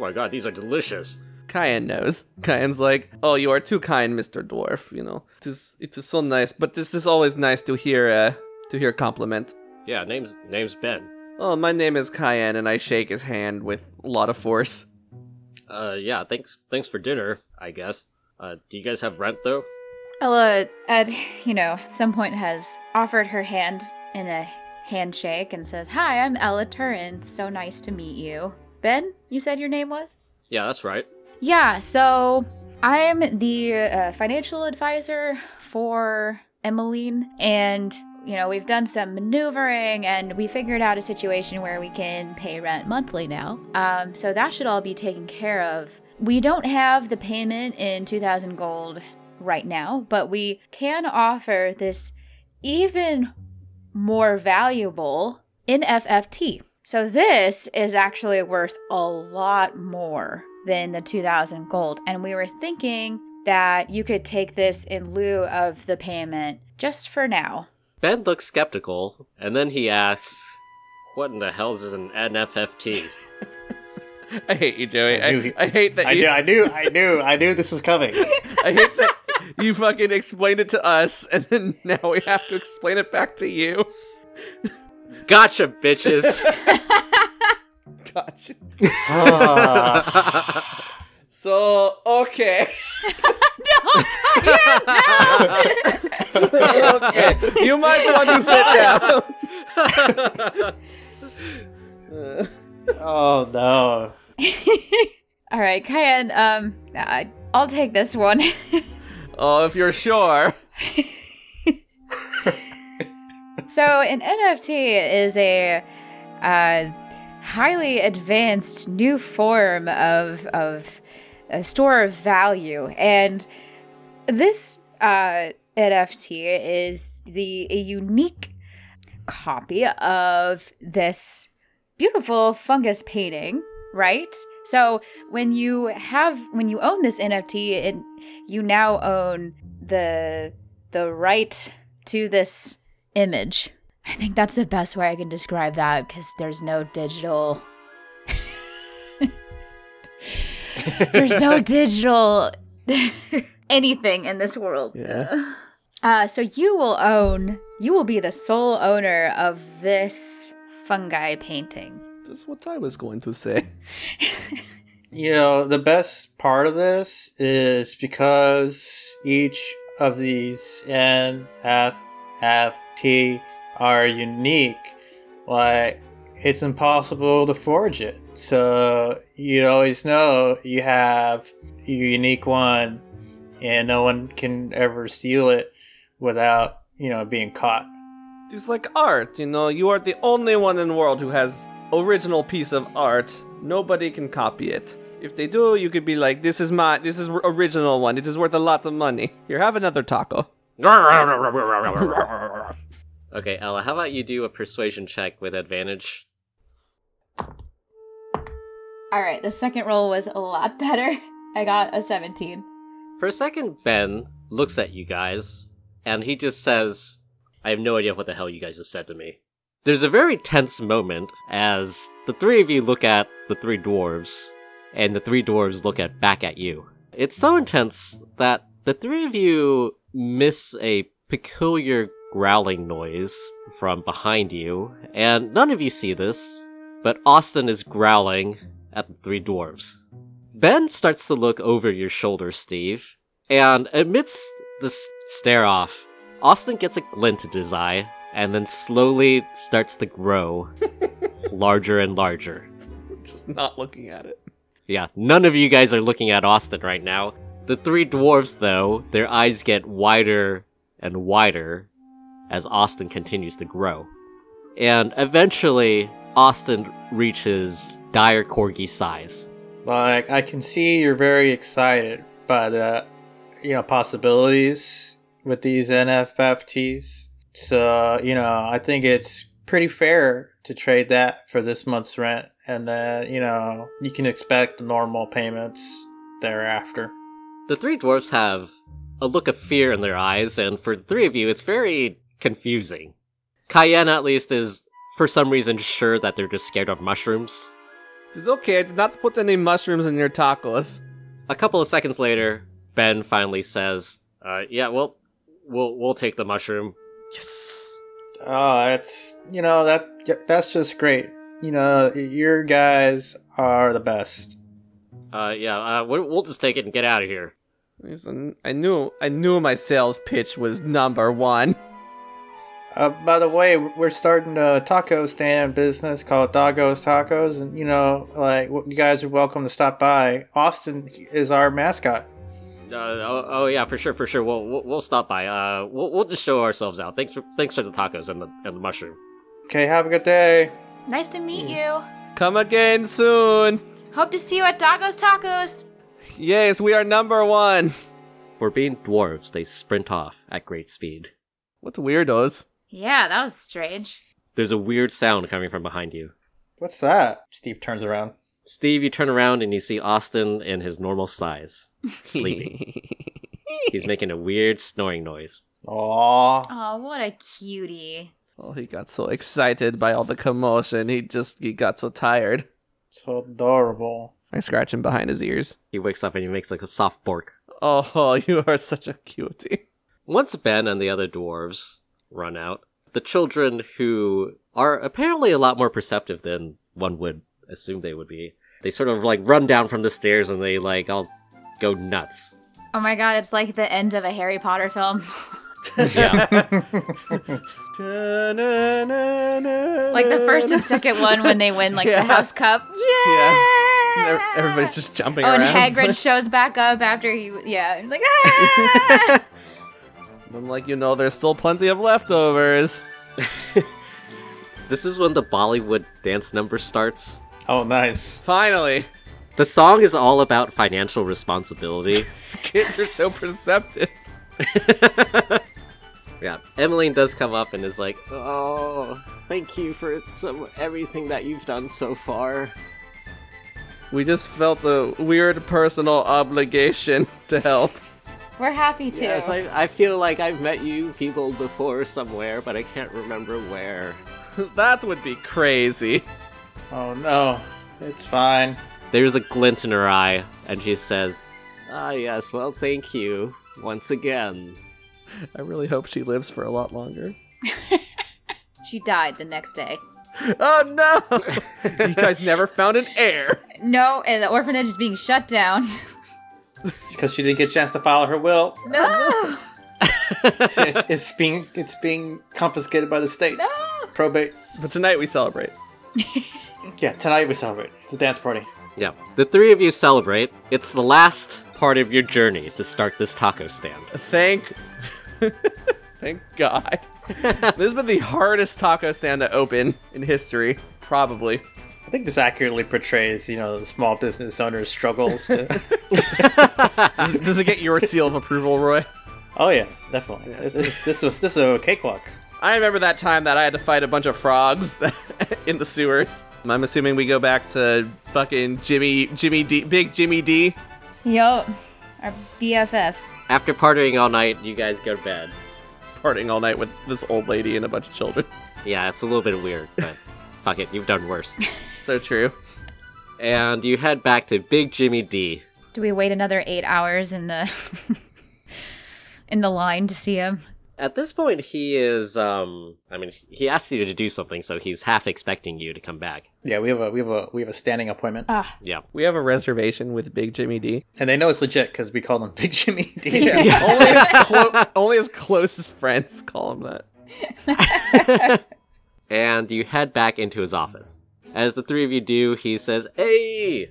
Speaker 1: my god, these are delicious.
Speaker 4: Kyan knows. Kyan's like, "Oh, you are too kind, Mister Dwarf. You know, it is it is so nice, but this is always nice to hear uh, to hear compliment."
Speaker 1: Yeah, name's name's Ben.
Speaker 4: Oh, my name is Kyan, and I shake his hand with a lot of force.
Speaker 1: Uh, yeah, thanks thanks for dinner. I guess. Uh, do you guys have rent though?
Speaker 8: Ella,
Speaker 5: At you know, some point has offered her hand in a handshake and says, "Hi, I'm Ella Turin. So nice to meet you." Ben, you said your name was?
Speaker 1: Yeah, that's right.
Speaker 5: Yeah, so I'm the uh, financial advisor for Emmeline, and you know, we've done some maneuvering and we figured out a situation where we can pay rent monthly now. Um, so that should all be taken care of. We don't have the payment in 2000 gold right now, but we can offer this even more valuable in FFT. So this is actually worth a lot more than the 2000 gold. And we were thinking that you could take this in lieu of the payment just for now.
Speaker 1: Ben looks skeptical, and then he asks, What in the hell's is an NFFT?
Speaker 4: I hate you, Joey.
Speaker 3: I knew he-
Speaker 4: I, I hate that
Speaker 3: I
Speaker 4: you.
Speaker 3: knew, I knew, I knew, I knew this was coming.
Speaker 4: I hate that you fucking explained it to us, and then now we have to explain it back to you.
Speaker 1: gotcha, bitches!
Speaker 4: Gotcha.
Speaker 3: Ah.
Speaker 4: So okay. okay. You might want to sit down.
Speaker 3: oh no.
Speaker 5: All right, Cayenne, um, I- I'll take this one.
Speaker 4: Oh, if you're sure.
Speaker 5: so, an NFT is a uh, highly advanced new form of, of a store of value. And this uh, NFT is the a unique copy of this beautiful fungus painting, right? So when you have when you own this NFT, it you now own the the right to this image. I think that's the best way I can describe that because there's no digital. there's no digital anything in this world.
Speaker 4: Yeah.
Speaker 5: Uh, so you will own, you will be the sole owner of this fungi painting.
Speaker 4: That's what I was going to say.
Speaker 3: You know, the best part of this is because each of these N, F, F, T are unique. Like, it's impossible to forge it. So, you always know you have your unique one, and no one can ever steal it without, you know, being caught.
Speaker 4: It's like art, you know. You are the only one in the world who has original piece of art. Nobody can copy it. If they do, you could be like, "This is my, this is original one. This is worth a lot of money. Here, have another taco."
Speaker 1: okay, Ella, how about you do a persuasion check with advantage?
Speaker 7: All right, the second roll was a lot better. I got a 17.
Speaker 1: For a second, Ben looks at you guys, and he just says, I have no idea what the hell you guys just said to me. There's a very tense moment as the three of you look at the three dwarves, and the three dwarves look at back at you. It's so intense that the three of you miss a peculiar growling noise from behind you, and none of you see this, but Austin is growling at the three dwarves. Ben starts to look over your shoulder, Steve, and amidst this stare off, Austin gets a glint in his eye and then slowly starts to grow larger and larger.
Speaker 4: Just not looking at it.
Speaker 1: Yeah, none of you guys are looking at Austin right now. The three dwarves, though, their eyes get wider and wider as Austin continues to grow. And eventually, Austin reaches dire corgi size.
Speaker 3: Like I can see you're very excited by the you know possibilities with these NFFTs. So, you know, I think it's pretty fair to trade that for this month's rent and then, you know, you can expect normal payments thereafter.
Speaker 1: The three dwarves have a look of fear in their eyes, and for the three of you, it's very confusing. Cayenne, at least, is for some reason sure that they're just scared of mushrooms.
Speaker 4: It's okay. I did not put any mushrooms in your tacos.
Speaker 1: A couple of seconds later, Ben finally says, uh, "Yeah, well, we'll we'll take the mushroom."
Speaker 4: Yes.
Speaker 3: Oh, that's, you know, that that's just great. You know, your guys are the best.
Speaker 1: Uh, yeah, uh, we'll we'll just take it and get out of here.
Speaker 4: Listen, I knew, I knew my sales pitch was number one.
Speaker 3: Uh, by the way, we're starting a taco stand business called Doggo's Tacos, and you know, like w- you guys are welcome to stop by. Austin is our mascot.
Speaker 1: Uh, oh, oh yeah, for sure, for sure. We'll we'll, we'll stop by. Uh, we'll, we'll just show ourselves out. Thanks for thanks for the tacos and the and the mushroom.
Speaker 3: Okay, have a good day.
Speaker 6: Nice to meet
Speaker 4: Come again soon.
Speaker 6: you. Hope to see you at Doggo's Tacos.
Speaker 4: Yes, we are number one.
Speaker 1: For being dwarves, they sprint off at great speed.
Speaker 4: What weirdos?
Speaker 8: Yeah, that was strange.
Speaker 1: There's a weird sound coming from behind you.
Speaker 3: What's that? Steve turns around.
Speaker 1: Steve, you turn around and you see Austin in his normal size, sleeping. He's making a weird snoring noise.
Speaker 3: Aww.
Speaker 8: Oh, what a cutie.
Speaker 4: oh, he got so excited by all the commotion. He just he got so tired.
Speaker 3: So adorable.
Speaker 4: I scratch him behind his ears.
Speaker 1: He wakes up and he makes like a soft bark.
Speaker 4: Oh, you are such a cutie.
Speaker 1: Once Ben and the other dwarves run out, the children, who are apparently a lot more perceptive than one would assume they would be, they sort of like run down from the stairs and they like all go nuts.
Speaker 7: Oh my god, it's like the end of a Harry Potter film.
Speaker 1: Yeah.
Speaker 7: like the first and second one when they win like
Speaker 4: Yeah.
Speaker 7: the House Cup.
Speaker 4: Yeah. Ev- Everybody's just jumping
Speaker 7: Oh, and
Speaker 4: around.
Speaker 7: Hagrid shows back up after he, yeah, he's like, ah!
Speaker 4: I'm like, you know, there's still plenty of leftovers.
Speaker 1: this is when the Bollywood dance number starts.
Speaker 3: Oh, nice.
Speaker 4: Finally,
Speaker 1: The song is all about financial responsibility.
Speaker 4: these kids are so perceptive.
Speaker 1: Yeah, Emmeline does come up and is like, "Oh, thank you for some everything that you've done so far."
Speaker 4: We just felt a weird personal obligation to help.
Speaker 7: we're happy to.
Speaker 1: Yes, I, I feel like I've met you people before somewhere, but I can't remember where.
Speaker 4: that would be crazy.
Speaker 3: Oh, no. It's fine.
Speaker 1: There's a glint in her eye, and she says, "Ah, yes. Well, thank you once again."
Speaker 4: I really hope she lives for a lot longer.
Speaker 7: she died the next day.
Speaker 4: Oh no! you guys never found an heir.
Speaker 7: No, and the orphanage is being shut down.
Speaker 3: It's because she didn't get a chance to file her will.
Speaker 7: No,
Speaker 3: It's, it's, it's being it's being confiscated by the state. Probate.
Speaker 4: But tonight we celebrate.
Speaker 3: Yeah, tonight we celebrate. It's a dance party.
Speaker 1: Yeah, the three of you celebrate. It's the last part of your journey to start this taco stand.
Speaker 4: Thank, thank God. this has been the hardest taco stand to open in history, probably.
Speaker 3: I think this accurately portrays, you know, the small business owner's struggles. To...
Speaker 4: Does, does it get your seal of approval, Roy?
Speaker 3: oh yeah, definitely. This, this, this was this was a cakewalk.
Speaker 4: I remember that time that I had to fight a bunch of frogs in the sewers. I'm assuming we go back to fucking Jimmy, Jimmy D, Big Jimmy D.
Speaker 5: Yup. Our BFF.
Speaker 1: After partying all night, you guys go to bed.
Speaker 4: partying all night with this old lady and a bunch of children.
Speaker 1: Yeah, it's a little bit weird, but fuck it, you've done worse.
Speaker 4: So true.
Speaker 1: and you head back to Big Jimmy D.
Speaker 5: Do we wait another eight hours in the in the line to see him?
Speaker 1: At this point, he is. um I mean, he asked you to do something, so he's half expecting you to come back.
Speaker 3: Yeah, we have a we have a we have a standing appointment,
Speaker 1: Yeah,
Speaker 4: We have a reservation with Big Jimmy D.
Speaker 3: and they know it's legit because we call them Big Jimmy D.
Speaker 4: only, his clo- only his closest friends call him that.
Speaker 1: and you head back into his office. As the three of you do, he says, "Hey,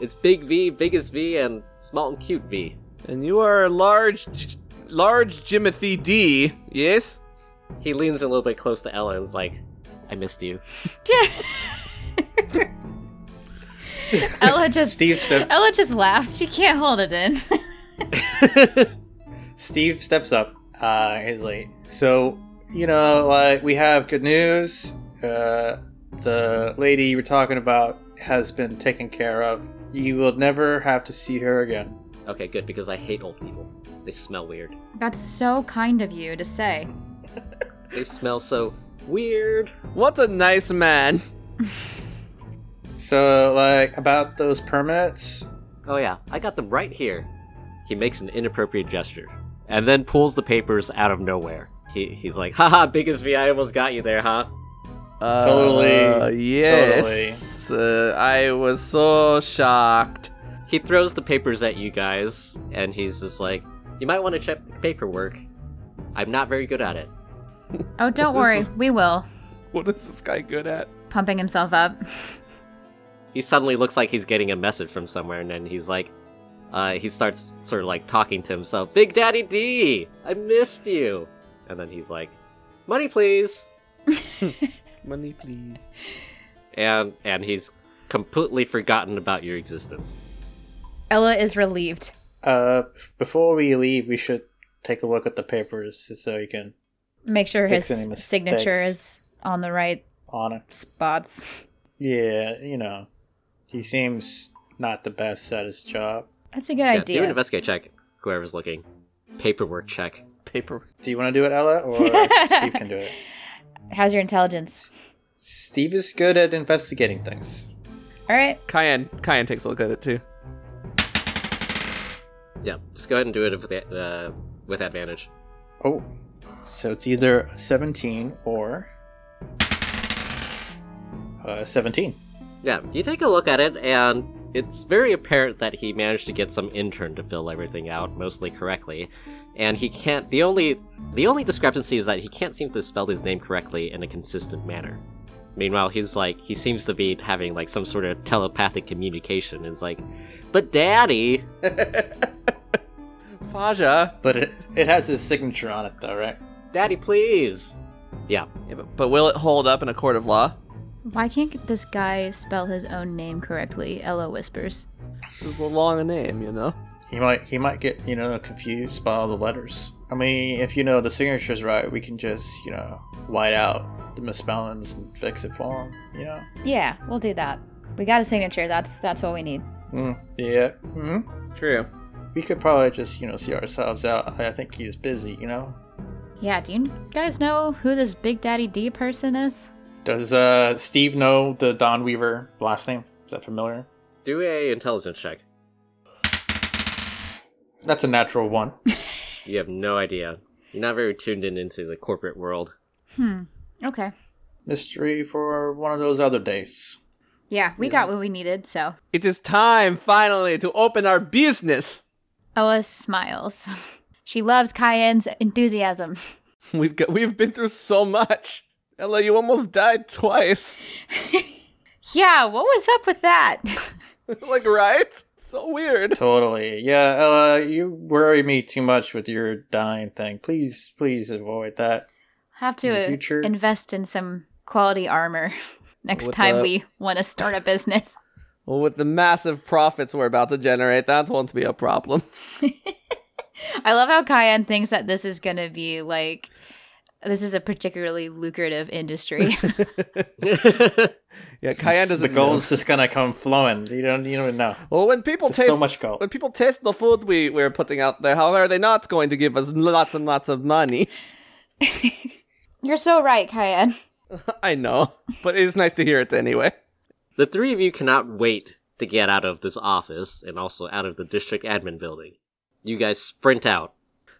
Speaker 1: it's Big V, biggest V, and small and cute V."
Speaker 4: And you are large, J- large Jimothy D. Yes.
Speaker 1: He leans a little bit close to Ella and is like, "I missed you."
Speaker 5: Ella just
Speaker 3: Steve step
Speaker 5: Ella just laughs. She can't hold it in.
Speaker 3: Steve steps up. Uh, he's like, so you know, like we have good news. Uh, the lady you were talking about has been taken care of. You will never have to see her again.
Speaker 1: Okay, good because I hate old people. They smell weird.
Speaker 5: That's so kind of you to say.
Speaker 1: They smell so weird.
Speaker 4: What a nice man.
Speaker 3: So, like about those permits,
Speaker 1: Oh yeah, I got them right here. He makes an inappropriate gesture, and then pulls the papers out of nowhere. He, he's like, haha, biggest V, I almost got you there, huh?
Speaker 4: Uh,
Speaker 3: Totally.
Speaker 4: Yes. Uh, I was so shocked.
Speaker 1: He throws the papers at you guys, and he's just like, you might want to check the paperwork. I'm not very good at it.
Speaker 5: Oh, don't worry.
Speaker 4: This
Speaker 5: We will.
Speaker 4: What is this guy good at?
Speaker 5: Pumping himself up.
Speaker 1: He suddenly looks like he's getting a message from somewhere, and then he's like, Uh, he starts sort of like talking to himself. Big Daddy D, I missed you. And then he's like, "Money, please."
Speaker 4: Money, please.
Speaker 1: And and he's completely forgotten about your existence.
Speaker 5: Ella is relieved.
Speaker 3: Uh, before we leave, we should take a look at the papers so you can
Speaker 5: Make sure his
Speaker 3: Fix any mistakes.
Speaker 5: signature is on the right
Speaker 3: honor.
Speaker 5: spots.
Speaker 3: Yeah, you know, he seems not the best at his job.
Speaker 5: That's a good
Speaker 1: Yeah, Do an
Speaker 5: idea.
Speaker 1: investigate check. Whoever's looking, paperwork check.
Speaker 4: Paper.
Speaker 3: Do you want to do it, Ella, or Steve can do it?
Speaker 5: How's your intelligence?
Speaker 3: Steve is good at investigating things.
Speaker 5: All right.
Speaker 4: Cayenne. Cayenne takes a look at it too.
Speaker 1: Yeah, just go ahead and do it with a- uh, with advantage.
Speaker 3: Oh, so it's either a 17 or uh, 17.
Speaker 1: Yeah, you take a look at it, and it's very apparent that he managed to get some intern to fill everything out mostly correctly, and he can't. The only the only discrepancy is that he can't seem to spell his name correctly in a consistent manner. Meanwhile, he's like he seems to be having like some sort of telepathic communication. It's like, but Daddy,
Speaker 4: Faja.
Speaker 3: But it, it has his signature on it, though, right?
Speaker 1: Daddy, please. Yeah,
Speaker 4: Yeah, but, but will it hold up in a court of law?
Speaker 7: Why can't this guy spell his own name correctly? Ella whispers.
Speaker 4: It's a long name, you know.
Speaker 3: He might he might get you know confused by all the letters. I mean, if you know the signature's right, we can just you know white out the misspellings and fix it for him. You know.
Speaker 5: Yeah, we'll do that. We got a signature. That's that's what we need.
Speaker 3: Mm, yeah. hmm
Speaker 4: True.
Speaker 3: We could probably just you know see ourselves out. I I think he's busy. You know.
Speaker 7: Yeah, do you guys know who this Big Daddy D person is?
Speaker 3: Does uh Steve know the Don Weaver last name? Is that familiar?
Speaker 1: do a intelligence check.
Speaker 3: That's a natural one.
Speaker 1: You have no idea. You're not very tuned in into the corporate world.
Speaker 7: Okay.
Speaker 3: Mystery for one of those other days.
Speaker 7: Yeah, we got what we needed, so.
Speaker 4: It is time finally to open our business.
Speaker 7: Ella smiles. she loves Cayenne's enthusiasm.
Speaker 4: We've got, we've been through so much. Ella, you almost died twice.
Speaker 7: Yeah, what was up with that?
Speaker 4: like right? So weird.
Speaker 3: Totally. Yeah, Ella, you worry me too much with your dying thing. Please, please avoid that.
Speaker 7: Have
Speaker 3: In the
Speaker 7: to
Speaker 3: future.
Speaker 7: invest in some quality armor next
Speaker 4: What
Speaker 7: time
Speaker 4: the-
Speaker 7: we want to start a business.
Speaker 4: Well, with the massive profits we're about to generate, that won't be a problem.
Speaker 7: I love how Cayenne thinks that this is going to be like, this is a particularly lucrative industry.
Speaker 4: Yeah, Cayenne doesn't.
Speaker 3: The gold's
Speaker 4: know.
Speaker 3: just gonna come flowing. You don't you don't know.
Speaker 4: Well, when people
Speaker 3: There's
Speaker 4: taste
Speaker 3: so much gold.
Speaker 4: when people taste the food we we're putting out there, how are they not going to give us lots and lots of money?
Speaker 7: You're so right, Cayenne.
Speaker 4: I know, but it's nice to hear it anyway.
Speaker 1: The three of you cannot wait to get out of this office and also out of the district admin building. You guys sprint out,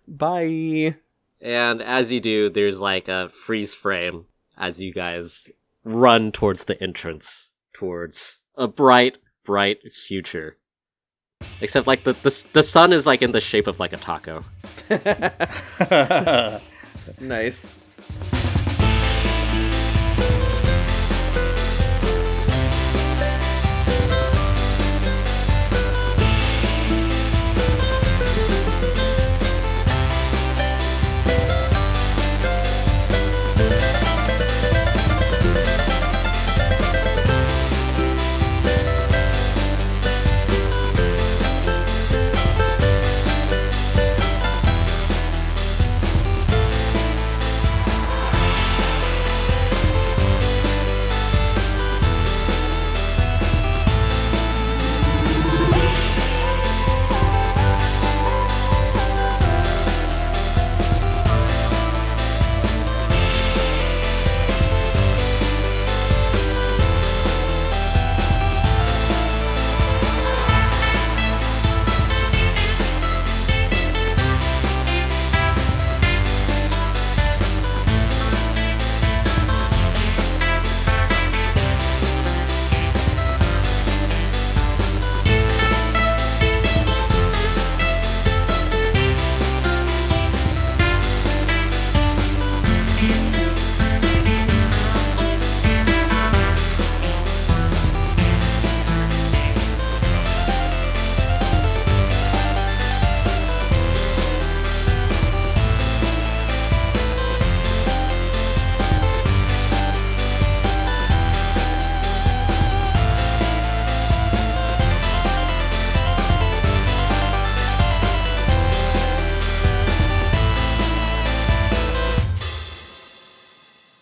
Speaker 4: Bye.
Speaker 1: and as you do, there's like a freeze frame as you guys run towards the entrance, towards a bright, bright future. Except like the the, s- the sun is like in the shape of like a taco.
Speaker 4: Nice.